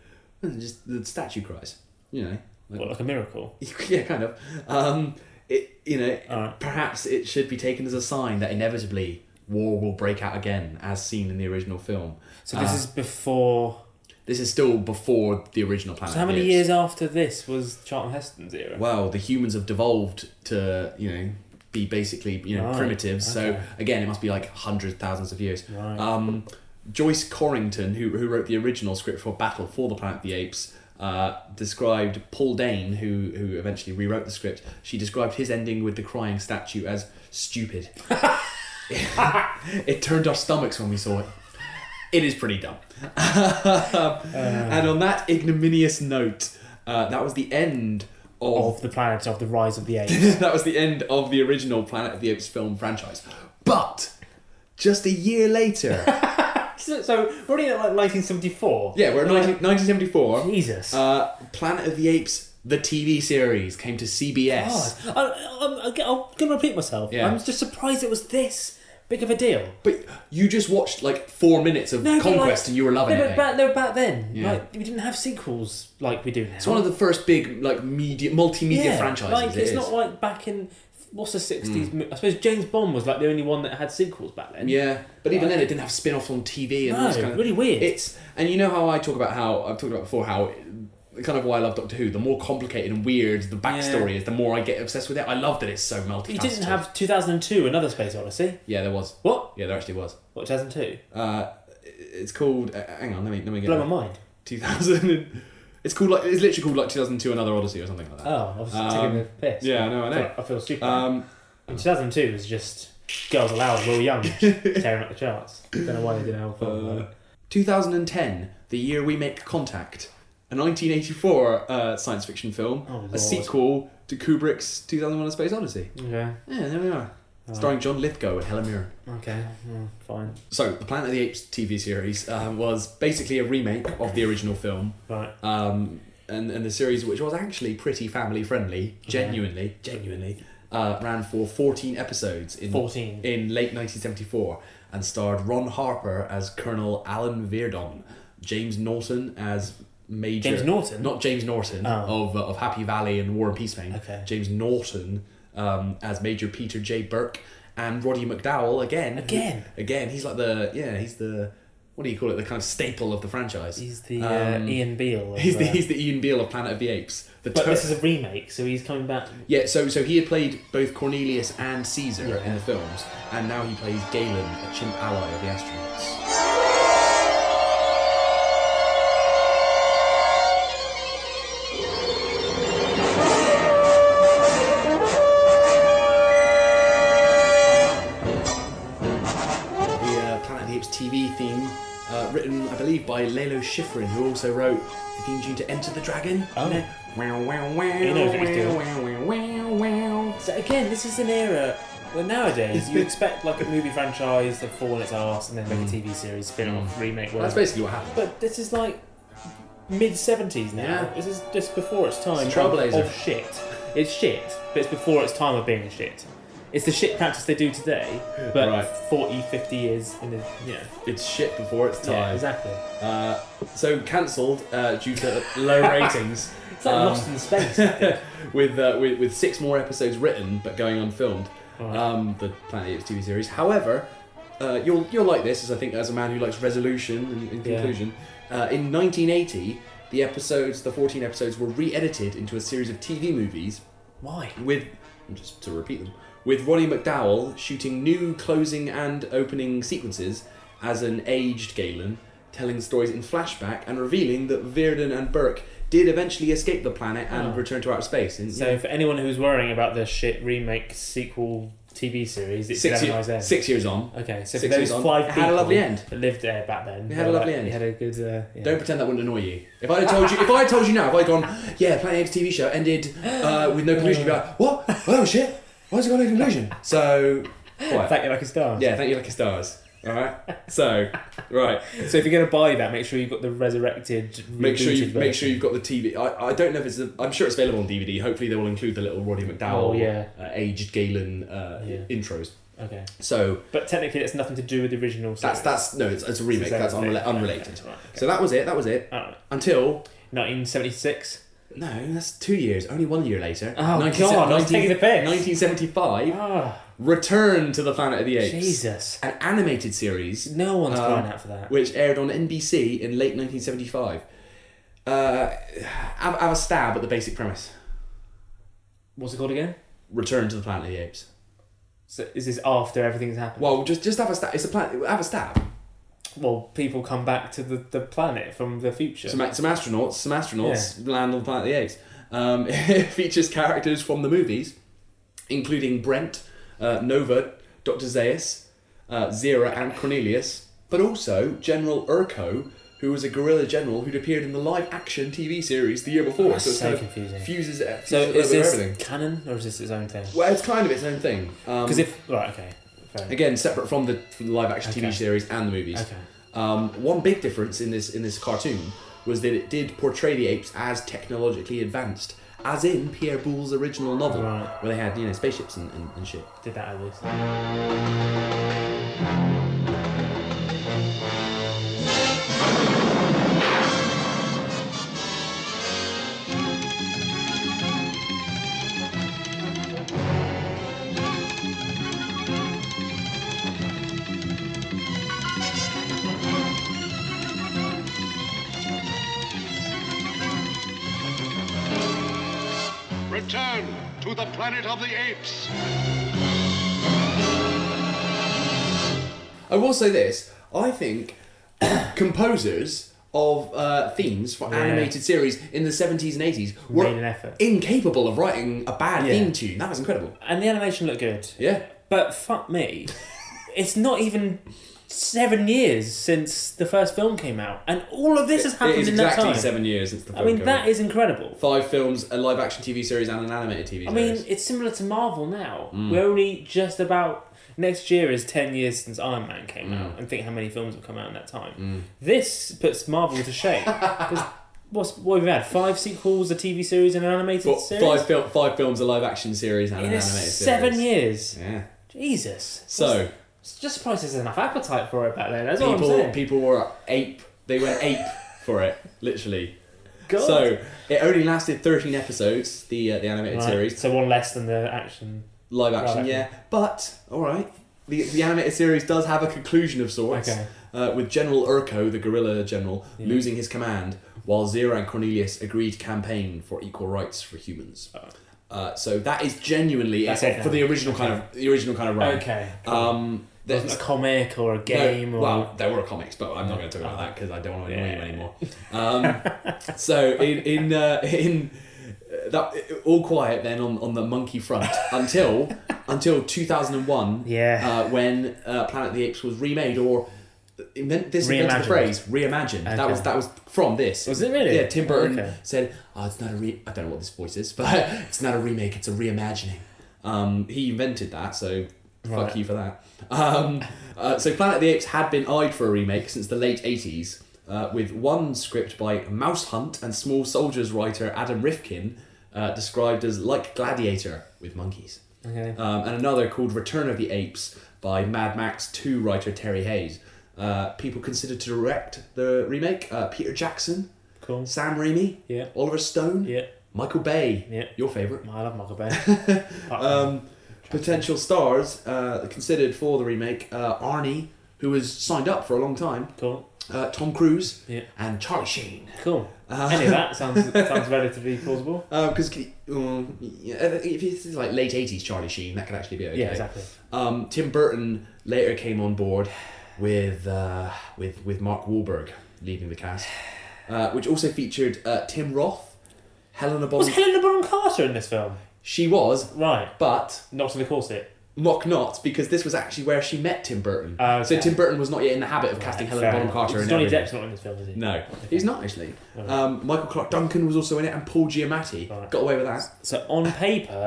Just the statue cries. You know, like,
what, like a miracle?
yeah, kind of. Um, it, you know, perhaps it should be taken as a sign that inevitably war will break out again, as seen in the original film.
So this
Uh,
is before.
This is still before the original Planet.
So how
of the
many
Apes.
years after this was Charlton Heston's era?
Well, the humans have devolved to you know be basically you know
Right,
primitive. So
okay.
again, it must be like hundreds, thousands of years.
Right.
Um, Joyce Corrington, who who wrote the original script for Battle for the Planet of the Apes. Uh, described Paul Dane, who who eventually rewrote the script. She described his ending with the crying statue as stupid. it turned our stomachs when we saw it. It is pretty dumb. and on that ignominious note, uh, that was the end of,
the planet of the rise of the apes.
that was the end of the original Planet of the Apes film franchise. But just a year later,
So, so we're already at like 1974.
yeah, we're in
Like,
19, 1974.
Jesus.
Uh, Planet of the Apes, the TV series, came to CBS.
God. I, I'm, I'm going to repeat myself.
Yeah.
I'm just surprised it was this big of a deal.
But you just watched like four minutes of
No, but,
Conquest
like,
and you were loving
no,
it.
But
eh?
back, no, back then,
Yeah.
like, we didn't have sequels like we do now.
It's one of the first big like media multimedia
yeah,
franchises.
Like,
it
it's
is. Hmm.
not like back in what's the 60s. mo- I suppose James Bond was like the only one that had sequels back then.
Yeah, but even
Like-
then, it didn't have spin-offs on TV and all
No,
this kind of
really weird.
It's and you know how I talk about how I've talked about before how kind of why I love Doctor Who. The more complicated and weird the backstory is, the more I get obsessed with it. I love that it's so multifaceted.
You didn't have 2002, another Space Odyssey.
Yeah, there was.
What?
Yeah, there actually was.
What 2002?
Uh, it's called. Uh, hang on, let me let me get.
Blow
that.
my mind.
2000. and- it's called like it's literally called like 2002 Another Odyssey or something like that.
Oh, I was taking the piss.
Um, Yeah, I know, I
I
know.
feel, I feel stupid.
Um,
In 2002 was just Girls Aloud, Will Young, tearing up the charts. Don't know why they didn't have a film.
Uh,
about it.
2010, the year we make contact, a 1984 uh, science fiction film, a
Oh, Lord.
sequel to Kubrick's 2001: A Space Odyssey.
Okay.
Yeah, there we are.
Oh.
Starring John Lithgow and Helen Mirren.
Okay, mm, fine.
So, the Planet of the Apes TV series uh, was basically a remake of the original film.
Right.
Um, and, and the series, which was actually pretty family friendly, genuinely, genuinely, uh, ran for 14 episodes in,
14.
in late 1974 and starred Ron Harper as Colonel Alan Verdon, James Norton as Major.
James Norton?
Not James Norton of, uh, of Happy Valley and War and Peace fame.
Oh. Okay.
James Norton um, as Major Peter J. Burke and Roddy McDowell again.
Again?
again, he's like the, yeah, he's the, what do you call it, the kind of staple of the franchise. He's
the, uh, Ian Beale of,
He's the,
uh,
he's the Ian Beale of Planet of the Apes. The
But
tur-
this is a remake, so he's coming back.
yeah, so so he had played both Cornelius and Caesar in the films, and now he plays Galen, a chimp ally of the astronauts. The uh, Planet of the Apes TV theme, uh, written, I believe, by Lalo Schifrin, who also wrote the theme tune to Enter the Dragon. Oh. Wow, wow, wow,
He knows what he's doing.
wow, wow, wow, wow.
So again, this is an era where nowadays you expect like a movie franchise to fall on its arse and then make a TV series, spin off, remake. Whatever.
Hmm. That's basically what happened.
But this is like mid seventies now.
Yeah.
This is just before its time.
It's
of-
trailblazer.
Of, shit. It's shit, but it's before its time of being shit. It's the shit practice they do today, but
Right.
40, 50 years in the yeah.
It's shit before its time.
Yeah, exactly.
Uh, so cancelled uh, due to low ratings. Um,
It's like Lost in Space.
with, uh, with with six more episodes written but going unfilmed. Um, the Planet Apes TV series. However, uh, you'll you'll like this as I think as a man who likes resolution and, and
Yeah.
conclusion. Uh, in 1980, the episodes, the 14 episodes, were re-edited into a series of TV movies
Why?
with just to repeat them with Ronnie McDowell shooting new closing and opening sequences as an aged Galen, telling stories in flashback and revealing that Virden and Burke did eventually escape the planet and
Oh.
return to outer space. And,
So for anyone who's worrying about the shit remake sequel TV series, it's
Six
eleven
year-
eyes end.
six years on.
Okay, so
Six
for
years
those
on.
five
It
people
had a lovely end.
that lived there back then,
It had a
they were
lovely
like-
end.
It had a good. Uh, yeah.
don't pretend that wouldn't annoy you. If I had told you, if I had told you now, if I'd gone, yeah, Planet Apes TV show ended uh, with no conclusion, you'd be like, what? Well, that was shit. Why's it got no conclusion? So, quiet.
Thank you like a star.
yeah, thank you, lucky stars. All right. So, right.
So if you're going to buy that, make sure you've got the resurrected.
Make sure you
rebooted
make sure
version.
you've got the TV. I, I don't know if it's. A, I'm sure it's available on DVD. Hopefully they will include the little Roddy McDowell,
Oh, yeah.
uh, aged Galen uh, intros.
Okay.
So
But technically, it's nothing to do with the original.
that's
Series.
that's no, it's, it's a remake.
It's
that's
a remake.
unrela- unrelated.
Okay, right,
So that was it. That was it. Until
1976.
No, that's two years. Only one year later.
Oh, God, I was taking the piss.
1975. Return to the Planet of the Apes.
Jesus.
An animated series. Uh,
No one's crying out for that.
Which aired on NBC in late 1975. Uh, have, have a stab at the basic premise.
What's it called again?
Return to the Planet of the Apes.
So is this after everything's happened?
Well, just just have a stab. It's a planet. Have a stab.
Well, people come back to the, the planet from the future.
Some, some astronauts, some astronauts land on the Planet of the Apes. Um, it features characters from the movies, including Brent, uh, Nova, Dr. Zeus, uh, Zira, and Cornelius, but also General Urko, who was a guerrilla general who'd appered in the live action TV series the year before.
That's
it's
so
kind of
confusing.
Fuses, uh,
so is
fuses a little bit of
this
everything.
canon or is this its own thing?
Well, it's kind of its own thing.
Because
Um,
if right, okay, fair enough.
Again, separate from the, from the live action TV
Okay.
series and the movies.
Okay.
Um, one big difference in this in this cartoon was that it did portray the apes as technologically advanced, as in Pierre Boule's original novel, where they had you know spaceships and, and, and shit.
did that at least.
Return to the planet of the apes.
I will say this: I think composers of uh, themes for
Yeah.
animated series in the seventies and eighties were
Made an effort.
incapable of writing a bad
Yeah.
theme tune. That was incredible.
And the animation looked good.
Yeah.
But fuck me, it's not even seven years since the first film came out, and all of this has happened
it is
in
exactly
that time.
seven years since the.
I
film
mean,
came out.
that is incredible.
Five films, a live action TV series, and an animated TV series.
I mean, it's similar to Marvel now.
Mm.
We're only just about next year is ten years since Iron Man came
Mm.
out, and think how many films will come out in that time.
Mm.
This puts Marvel to shame. 'Cause what's what we've had five sequels, a TV series, and an animated
But
series.
five, fil- five films, a live action series, and
In
an
a
animated
seven
series. years. Yeah.
Jesus.
So-
It's just surprised there's enough appetite for it back then. That's what I'm
people
saying.
people were ape. They went ape for it, literally.
God.
So it only lasted thirteen episodes. The uh, the animated
Right,
series,
So one less than the action.
live action, yeah. But all right, the the animated series does have a conclusion of sorts.
Okay.
Uh, with General Urko, the guerrilla general,
Yeah.
losing his command, while Zira and Cornelius agreed to campaign for equal rights for humans. Uh, so that is genuinely
Oh. That's
it
it
for
now.
the original kind of the original kind of run.
Okay, cool.
Um, there's
Wasn't a comic or a game or-
well, there were comics, but I'm not going to talk about that because I don't want to annoy you anymore. Um, so in in uh, in uh, that all quiet then on, on the monkey front until until 2001. Yeah. Uh, when uh, Planet of the Apes was remade or invent this invented
Reimagined.
the phrase reimagined. That
Okay.
was that was from this.
Was it really?
Yeah. Tim Burton
Okay.
said, oh, "It's not a re. I don't know what this voice is, but it's not a remake. It's a reimagining." Um, he invented that, so fuck
Right.
you for that. Um, uh, so Planet of the Apes had been eyed for a remake since the late eighties. Uh, with one script by Mouse Hunt and Small Soldiers writer Adam Rifkin, uh, described as like Gladiator with monkeys.
Okay.
Um, and another called Return of the Apes by Mad Max 2 writer Terry Hayes. Uh, people considered to direct the remake uh, Peter Jackson,
cool.
Sam Raimi,
Yeah.
Oliver Stone, yeah. Michael Bay, yeah. your favourite.
I love Michael Bay.
um, potential stars uh, considered for the remake uh, Arnie, who was signed up for a long time,
cool.
uh, Tom Cruise,
Yeah.
and Charlie Sheen.
Cool.
Uh,
Any of that sounds sounds relatively plausible.
Because uh, if it's like late eighties Charlie Sheen, that could actually be okay.
Yeah, exactly.
Um, Tim Burton later came on board with uh, with with Mark Wahlberg leaving the cast, uh, which also featured uh, Tim Roth, Helena Bonham.
Was Helena Bonham Carter in this film?
She was
right,
but
not in the corset.
Mock not because this was actually where she met Tim Burton.
Oh, okay.
So Tim Burton was not yet in the habit of casting Helena
fair
Bonham
enough.
Carter. in
Johnny
everything.
Depp's not in this film, is he?
No, he's not actually.
Alright.
Um, Michael Clark Duncan was also in it, and Paul Giamatti got away with that.
So on paper,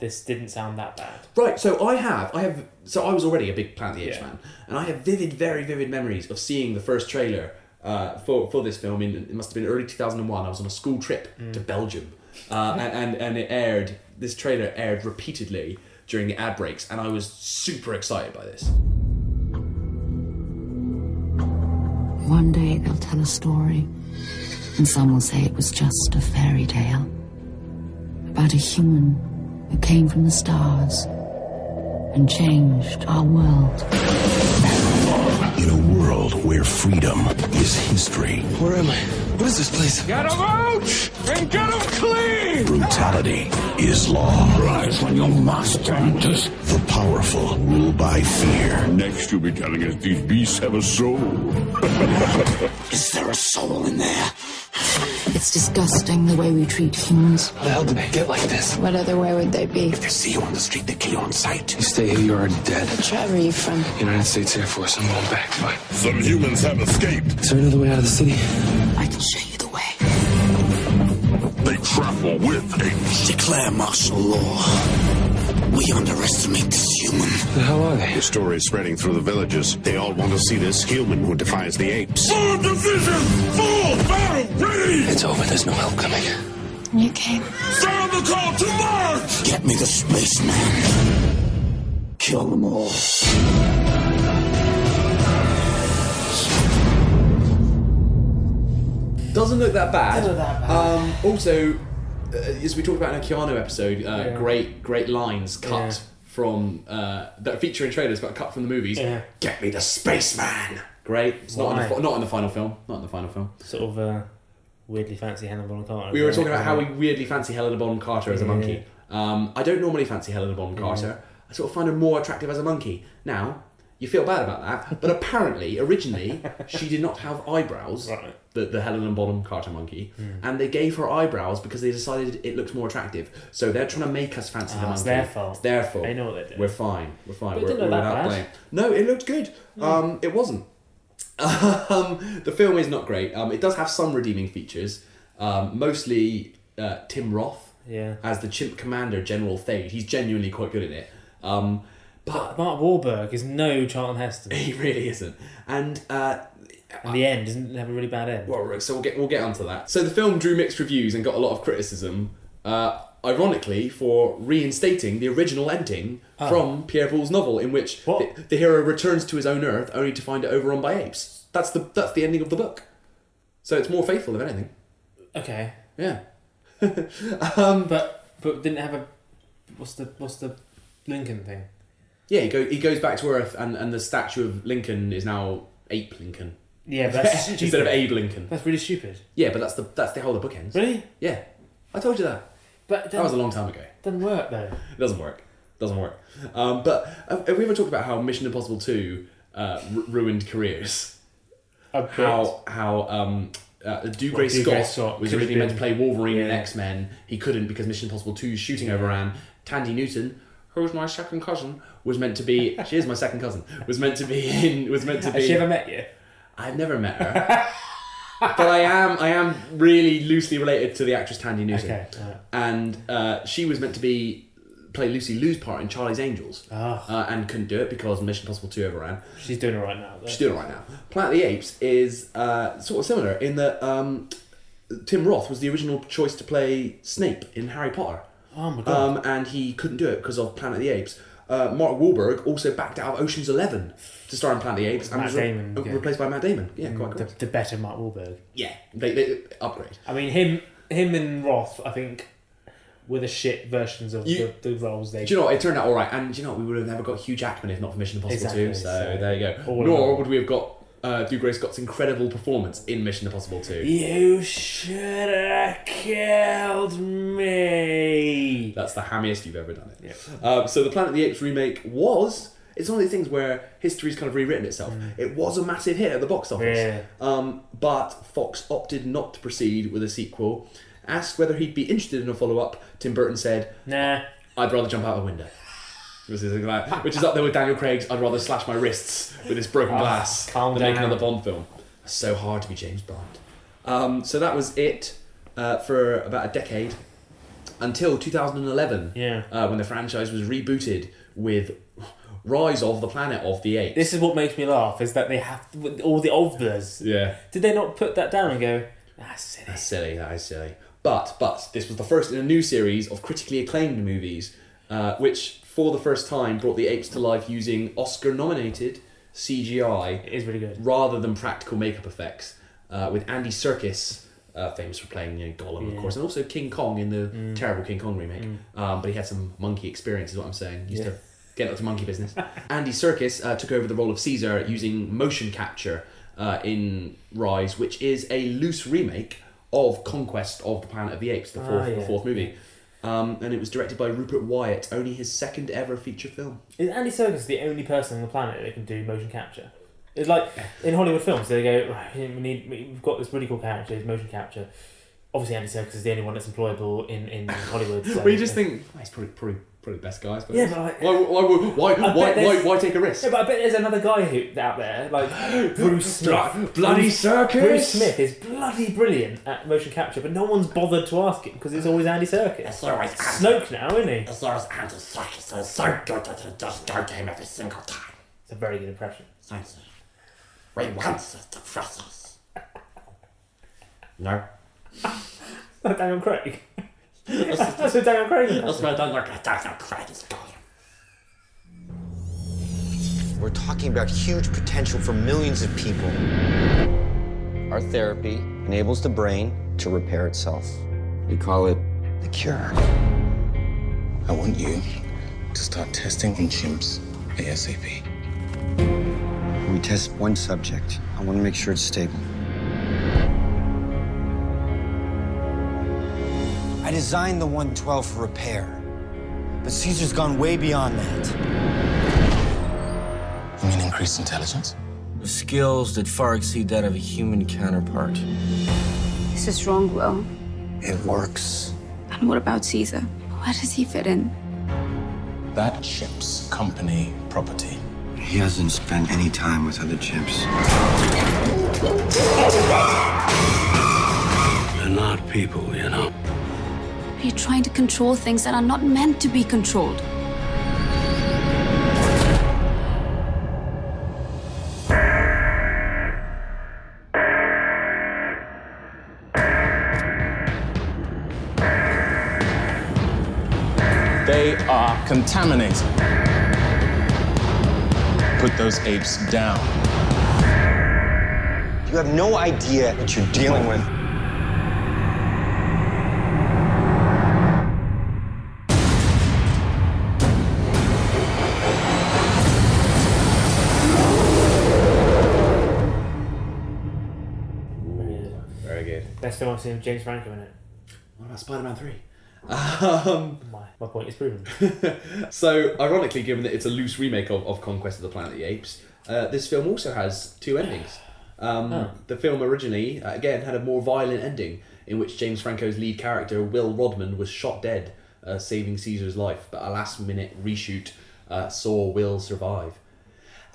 this didn't sound that bad.
Right, so I have, I have, so I was already a big Planet of the Apes fan, and I have vivid, very vivid memories of seeing the first trailer uh, for for this film. In it must have been early two thousand and one. I was on a school trip
Mm.
to Belgium, uh, and, and and it aired. This trailer aired repeatedly during the ad breaks, and I was super excited by this.
One day they'll tell a story, and some will say it was just a fairy tale about a human who came from the stars and changed our world.
In a world where freedom is history. Where am I? What is this place? Get him out! And get him clean! Brutality is law. Rise when your master enters. The powerful rule by fear.
Next, you'll be telling us these beasts have a soul.
Is there a soul in there?
It's disgusting the way we treat humans.
How the hell did they get like this?
What other way would they be?
If they see you on the street, they kill you on sight. You stay here, you're already dead.
Which tribe are you from?
United States Air Force, I'm going back. Bye.
Some humans have escaped.
Is there another way out of the city?
I can show you the way.
They travel with apes.
Declare martial law. We underestimate this human.
The hell are they?
The story is spreading through the villages. They all want to see this human who defies the apes.
Form division! Full battle ready!
It's over. There's no help coming.
You came.
Sound the call to march!
Get me the spaceman. Kill them all.
Doesn't look that bad.
Doesn't look that bad.
Um, also, uh, as we talked about in a Keanu episode, uh,
Yeah.
great, great lines cut
Yeah.
from uh, that feature in trailers, but cut from the movies.
Yeah.
Get me the spaceman. Great. It's not in, the,
Why?
fi- not in the final film. Not in the final film.
Sort of uh, weirdly fancy Helena Bonham Carter.
We were talking about how we weirdly fancy Helena Bonham Carter as a
Yeah. Mm.
monkey. Um, I don't normally fancy Helena Bonham Carter. I sort of find her more attractive as a monkey. Now, you feel bad about that, but apparently, originally, she did not have eyebrows, the, the Helena Bonham Carter monkey,
Hmm.
and they gave her eyebrows because they decided it looks more attractive. So they're trying to make us fancy the
Ah,
monkey.
it's their fault.
It's their fault.
They know what they're doing.
We're fine. We're fine.
But it
we're
didn't look
we're
that bad.
without blame. No, it looked good. Um, it wasn't. um, the film is not great. Um, it does have some redeeming features, um, mostly uh, Tim Roth
Yeah.
as the chimp commander General Thade. He's genuinely quite good in it. Um, but
Mark Wahlberg is no Charlton Heston.
he really isn't. And uh,
And the end isn't have a really bad end.
Well, right, so we'll get we'll get onto that. So the film drew mixed reviews and got a lot of criticism. Uh, ironically, for reinstating the original ending
Oh.
from Pierre Paul's novel, in which the, the hero returns to his own Earth only to find it overrun by apes. That's the that's the ending of the book. So it's more faithful, if anything.
Okay.
Yeah.
um, but but didn't have a what's the what's the Lincoln thing?
Yeah, he, go, he goes back to Earth, and, and the statue of Lincoln is now Ape Lincoln.
Yeah, but that's stupid.
instead of Abe Lincoln.
That's really stupid.
Yeah, but that's the that's the how the book ends.
Really?
Yeah, I told you that.
But
that was a long time ago.
Doesn't work though.
It doesn't work. Doesn't work. Um, but have have we ever talked about how Mission Impossible Two uh, r- ruined careers? How how um, uh, Do
Well,
Gray
Dougray
Scott,
Scott
was
could have
originally meant to
been-
play Wolverine in X Men. He couldn't because Mission Impossible Two's shooting overran. Tandy Newton, who's my second cousin, was meant to be. she is my second cousin. Was meant to be in. Was meant to be.
Has she ever met you?
I've never met her. but I am I am really loosely related to the actress Tandy Newton.
Okay,
And uh, she was meant to be play Lucy Liu's part in Charlie's Angels. Uh, and couldn't do it because Mission Impossible 2 overran.
Ah. She's doing it right now. Though.
She's doing it right now. Planet of the Apes is uh, sort of similar in that um, Tim Roth was the original choice to play Snape in Harry Potter.
Oh my god.
Um, and he couldn't do it because of Planet of the Apes. Uh, Mark Wahlberg also backed out of Ocean's Eleven to star in Planet of the Apes and
Matt
was re-
Damon
uh,
yeah.
replaced by Matt Damon. Yeah, quite
the,
correct.
the better Mark Wahlberg.
Yeah, they, they upgrade.
I mean him him and Roth. I think were the shit versions of
You-
the, the roles they.
Do you know what? It turned out all right, and do you know what? We would have never got Hugh Jackman if not for Mission Impossible
Exactly,
2. So,
so
there you go.
all in
Nor
all.
would we have got uh, Dougray Scott's incredible performance in Mission Impossible 2.
You should have killed me.
That's the hammiest you've ever done it. Um, so the Planet of the Apes remake was. It's one of these things where history's kind of rewritten itself. It was a massive hit at the box office,
Mm. Yeah.
um, but Fox opted not to proceed with a sequel. Asked whether he'd be interested in a follow up, Tim Burton said,
Nah.
I'd rather jump out a window. Which is, like- which is up there with Daniel Craig's I'd rather slash my wrists with this broken
Ah,
glass
calm
than make
down.
another Bond film. It's so hard to be James Bond. Um, so that was it uh, for about a decade until 2011
Yeah.
uh, when the franchise was rebooted with Rise of the Planet of the Apes.
This is what makes me laugh is that they have all the ovlas.
Yeah.
Did they not put that down and go? That's silly.
That's silly. That is silly. But but this was the first in a new series of critically acclaimed movies, uh, which for the first time brought the apes to life using Oscar-nominated CGI. It
is really good.
Rather than practical makeup effects, uh, with Andy Serkis. Uh, famous for playing you know, Gollum,
Yeah. Mm.
of course, and also King Kong in the terrible King Kong remake. Um, but he had some monkey experience, is what I'm saying. He used
Yeah.
to get up to monkey business. Andy Serkis uh, took over the role of Caesar using motion capture uh, in Rise, which is a loose remake of Conquest of the Planet of the Apes, the
Ah,
fourth, the
yeah.
fourth movie. Um, and it was directed by Rupert Wyatt, only his second ever feature film.
Is Andy Serkis the only person on the planet that can do motion capture? It's like in Hollywood films, they go, right, we need, we've got this really cool character, his motion capture. Obviously, Andy Serkis is the only one that's employable in, in Hollywood. So
well, you just think "Oh, he's probably probably probably the best guy. I suppose.
Yeah, but like-
why why would- why
I bet
why, why,
there's-
why take a risk?
Yeah, but I bet there's another guy who out there like Bruce
Blo-
Smith.
bloody
Bruce,
Serkis!
Bruce Smith is bloody brilliant at motion capture, but no one's bothered to ask him because it's always Andy Serkis. It's
always
Snoke now, isn't he?
As long as Andy Serkis is so good that it just don't him every single time.
It's a very good impression.
Thank you. We want this to process. No.
Not Daniel Craig. That's a Daniel Craig.
That's
impression.
why I don't look at Dr. Craig is going. We're talking about huge potential for millions of people.
Our therapy enables the brain to repair itself. We call it the cure.
I want you to start testing on chimps ASAP.
We test one subject. I want to make sure it's stable.
I designed the 112 for repair, but Caesar's gone way beyond that.
You mean increased intelligence?
Skills that far exceed that of a human counterpart.
This is wrong, Will.
It works.
And what about Caesar? Where does he fit in?
That ship's company property.
He hasn't spent any time with other chimps.
They're not people, you know.
You're trying to control things that are not meant to be controlled.
They are contaminated. Put those apes down.
You have no idea what you're dealing with.
Very good.
Best film I've seen with James Franco in it.
What about Spider Man 3? Um,
my, my point is proven.
so, ironically, given that it's a loose remake of, of Conquest of the Planet of the Apes, uh, this film also has two endings. Um,
Oh.
The film originally, uh, again, had a more violent ending in which James Franco's lead character, Will Rodman, was shot dead, uh, saving Caesar's life. But a last minute reshoot uh, saw Will survive.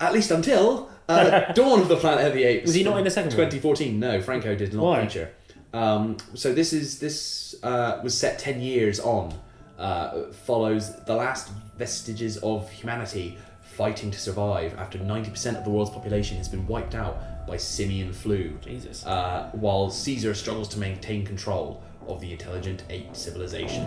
At least until uh, Dawn of the Planet of the Apes.
Was he not in the second one?
2014. No, Franco did not
Why?
feature. Um, so this is this uh, was set ten years on. Uh, follows the last vestiges of humanity fighting to survive after 90% of the world's population has been wiped out by simian flu. Jesus. Uh, while Caesar struggles to maintain control of the intelligent ape civilization.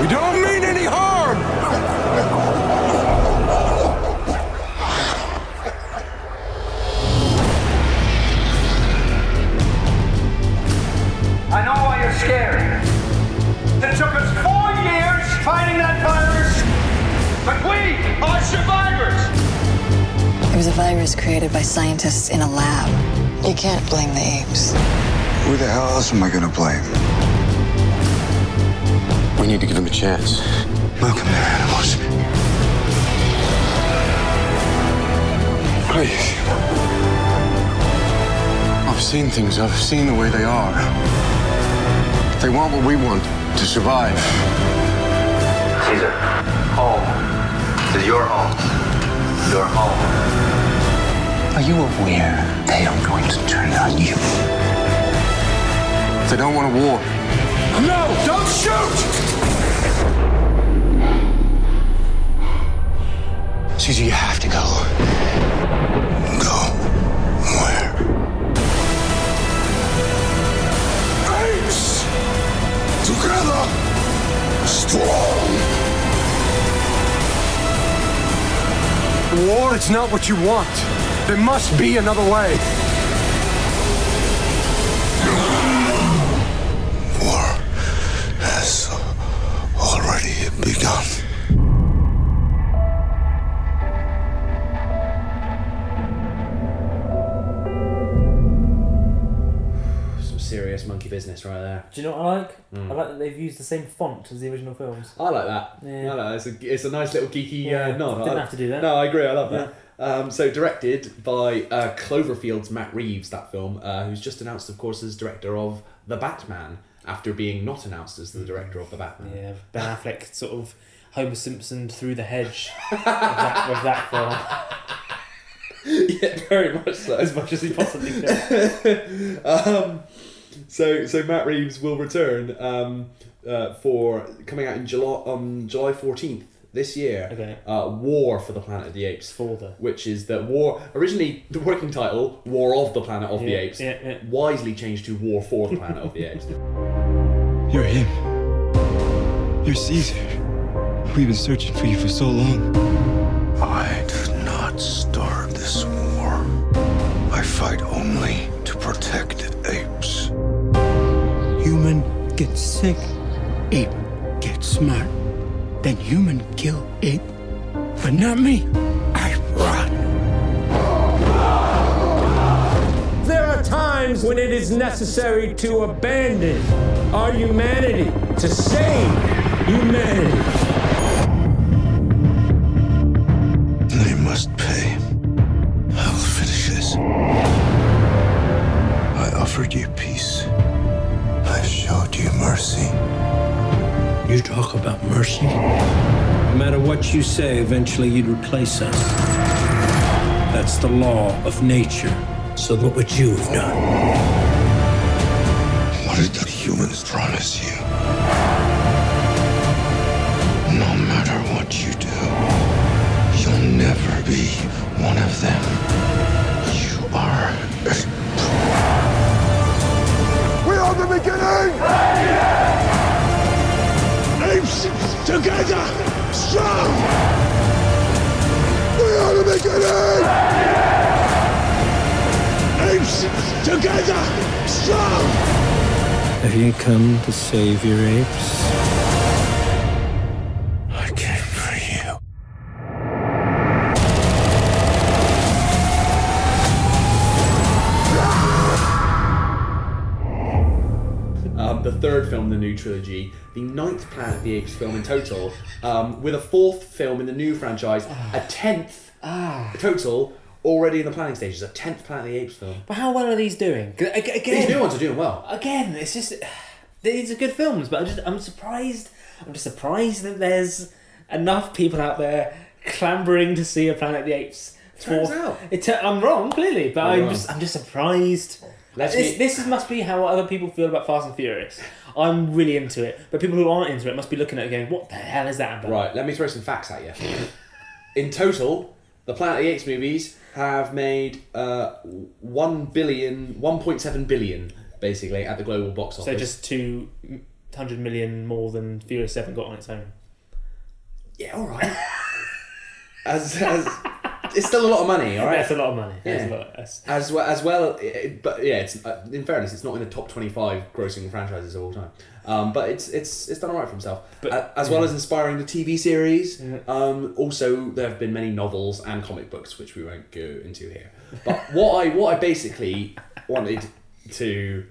We don't mean any harm!
I know why you're scared. It took us four years fighting that virus, but we are survivors.
It was a virus created by scientists in a lab. You can't blame the apes.
Who the hell else am I gonna blame? We need to give him a chance. Malcolm, they're animals. Please. I've seen things, I've seen the way they are. They want what we want to survive.
Caesar, home is your home. Your home.
Are you aware they are going to turn on you? They don't want a war.
No, don't shoot!
Caesar, you have to go.
Apes! Together! Strong!
War, it's not what you want. There must be another way.
War has already begun.
Some serious monkey business right there.
Do you know what I like?
Mm.
I like that they've used the same font as the original films.
I like that.
Yeah.
I like that. It's, a, it's a nice little geeky
Yeah,
uh, nod.
didn't
I-
have to do that.
No, I agree. I love that. Um, so directed by uh, Cloverfield's Matt Reeves, that film, uh, who's just announced, of course, as director of The Batman after being not announced as the director of The Batman.
Mm. Yeah, Ben Affleck sort of Homer Simpson through the hedge of that, of that film.
yeah, very much so.
As much as he possibly
can. um, so, so Matt Reeves will return um, uh, for coming out in July on July fourteenth this year.
Okay.
Uh, War for the Planet of the Apes. For the which is the war originally the working title War of the Planet of the
Yeah,
Apes.
yeah, yeah.
Wisely changed to War for the Planet of the Apes.
You're him. You're Caesar. We've been searching for you for so long.
I did not start this war. I fight only to protect apes.
Human gets sick. Ape gets smart. Then human kill ape. But not me. I run.
There are times when it is necessary to abandon our humanity to save humanity.
They must pay. I will finish this. I offered you peace. I've showed you mercy.
You talk about mercy. No matter what you say, eventually you'd replace us. That's the law of nature. So look what you've done.
What did the humans promise you? Together, strong! We ought to make it end! Apes, together, strong!
Have you come to save your apes?
I came for you.
um, the third film in the new trilogy, the ninth Planet of the Apes film in total, um, with a fourth film in the new franchise,
Ah.
a tenth total already in the planning stages, a tenth Planet of the Apes film.
But how well are these doing? 'Cause ag- Again,
These new ones are doing well.
Again, it's just these are good films, but I'm just I'm surprised. I'm just surprised that there's enough people out there clambering to see a Planet of the Apes.
Turns out.
it tur- I'm wrong clearly, but
You're
I'm
wrong.
just I'm just surprised.
Let's
this
be-
this is, must be how other people feel about Fast and Furious. I'm really into it, but people who aren't into it must be looking at it going, "What the hell is that about?"
Right, let me throw some facts at you. In total, the Planet of the Apes movies have made uh, 1 billion, 1.7 billion, basically, at the global box office.
So just two hundred million more than Furious Seven got on its own.
Yeah, all right. as, as it's still a lot of money, all right.
That's a lot of money. That's a lot.
As well, as well, it, but yeah, it's, uh, in fairness, it's not in the top twenty-five grossing franchises of all time. Um, but it's it's it's done all right for himself. But, as well as inspiring the TV series, um, also there have been many novels and comic books, which we won't go into here. But what I what I basically wanted to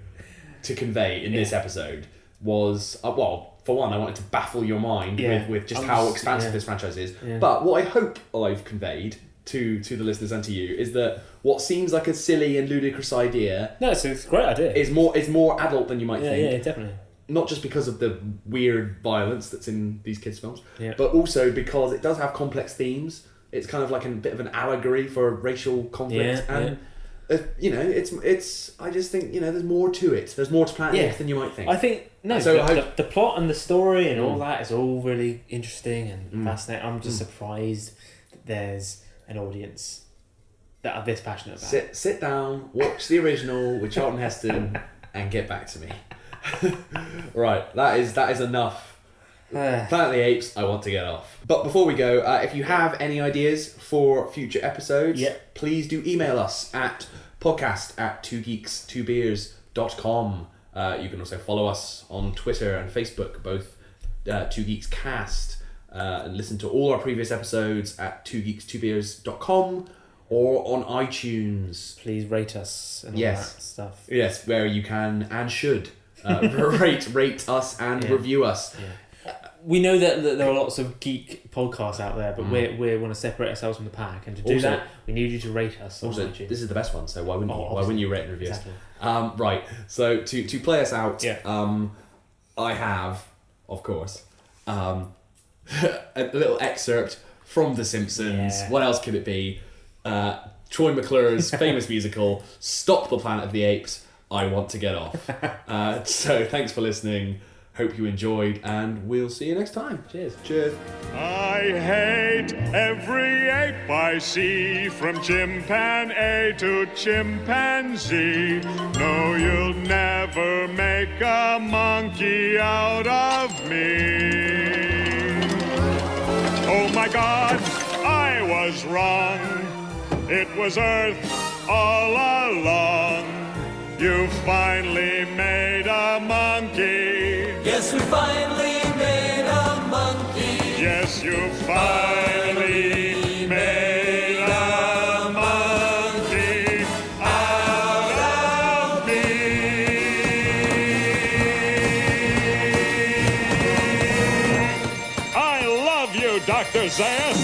to convey in this episode was uh, well, for one, I wanted to baffle your mind
Yeah.
with, with just
I'm
how
just-
expansive
yeah.
this franchise is.
Yeah.
But what I hope I've conveyed to to the listeners and to you is that what seems like a silly and ludicrous idea
No, it's a great idea.
is more is more adult than you might
yeah,
think.
yeah, definitely.
Not just because of the weird violence that's in these kids' films,
Yeah.
but also because it does have complex themes. It's kind of like a bit of an allegory for racial conflict,
Yeah,
and Uh, you know, it's it's. I just think you know, there's more to it. There's more to Planet
Yeah.
Earth than you might think.
I think no.
So
So
I
the,
hope-
the, the plot and the story and all
Mm.
that is all really interesting and fascinating. I'm just surprised that there's an audience that are this passionate about. it.
sit sit down, watch the original with Charlton Heston, and get back to me. right, that is that is enough. Planet of the Apes, I want to get off. But before we go, uh, if you have any ideas for future episodes, please do email us at podcast at two geeks two beers.com. Uh, you can also follow us on Twitter and Facebook, both uh, Two Geeks Cast, uh, and listen to all our previous episodes at two geeks two beers.com or on iTunes.
Please rate us and all that stuff.
Yes, where you can and should uh, rate rate us and
Yeah.
review us.
Uh, We know that, that there are lots of geek podcasts out there, but
Mm.
we're we want to separate ourselves from the pack, and to do
Also-
that, we need you to rate us. on
Also,
iTunes.
this is the best one, so why wouldn't
Oh,
you, why
obviously.
wouldn't you rate and review us?
Exactly.
Um, right. So to to play us out, um, I have, of course, um, a little excerpt from The Simpsons.
Yeah.
What else could it be? Uh, Troy McClure's famous musical, "Stop the Planet of the Apes." I want to get off. Uh, so thanks for listening. Hope you enjoyed, and we'll see you next time. Cheers. Cheers.
I hate every ape I see, from chimpanzee to chimpanzee. No, you'll never make a monkey out of me. Oh my god, I was wrong. It was Earth all along. You finally made a monkey. Yes, we finally made a monkey. Yes, you finally made a monkey out of me. I love you, Dr. Zayas.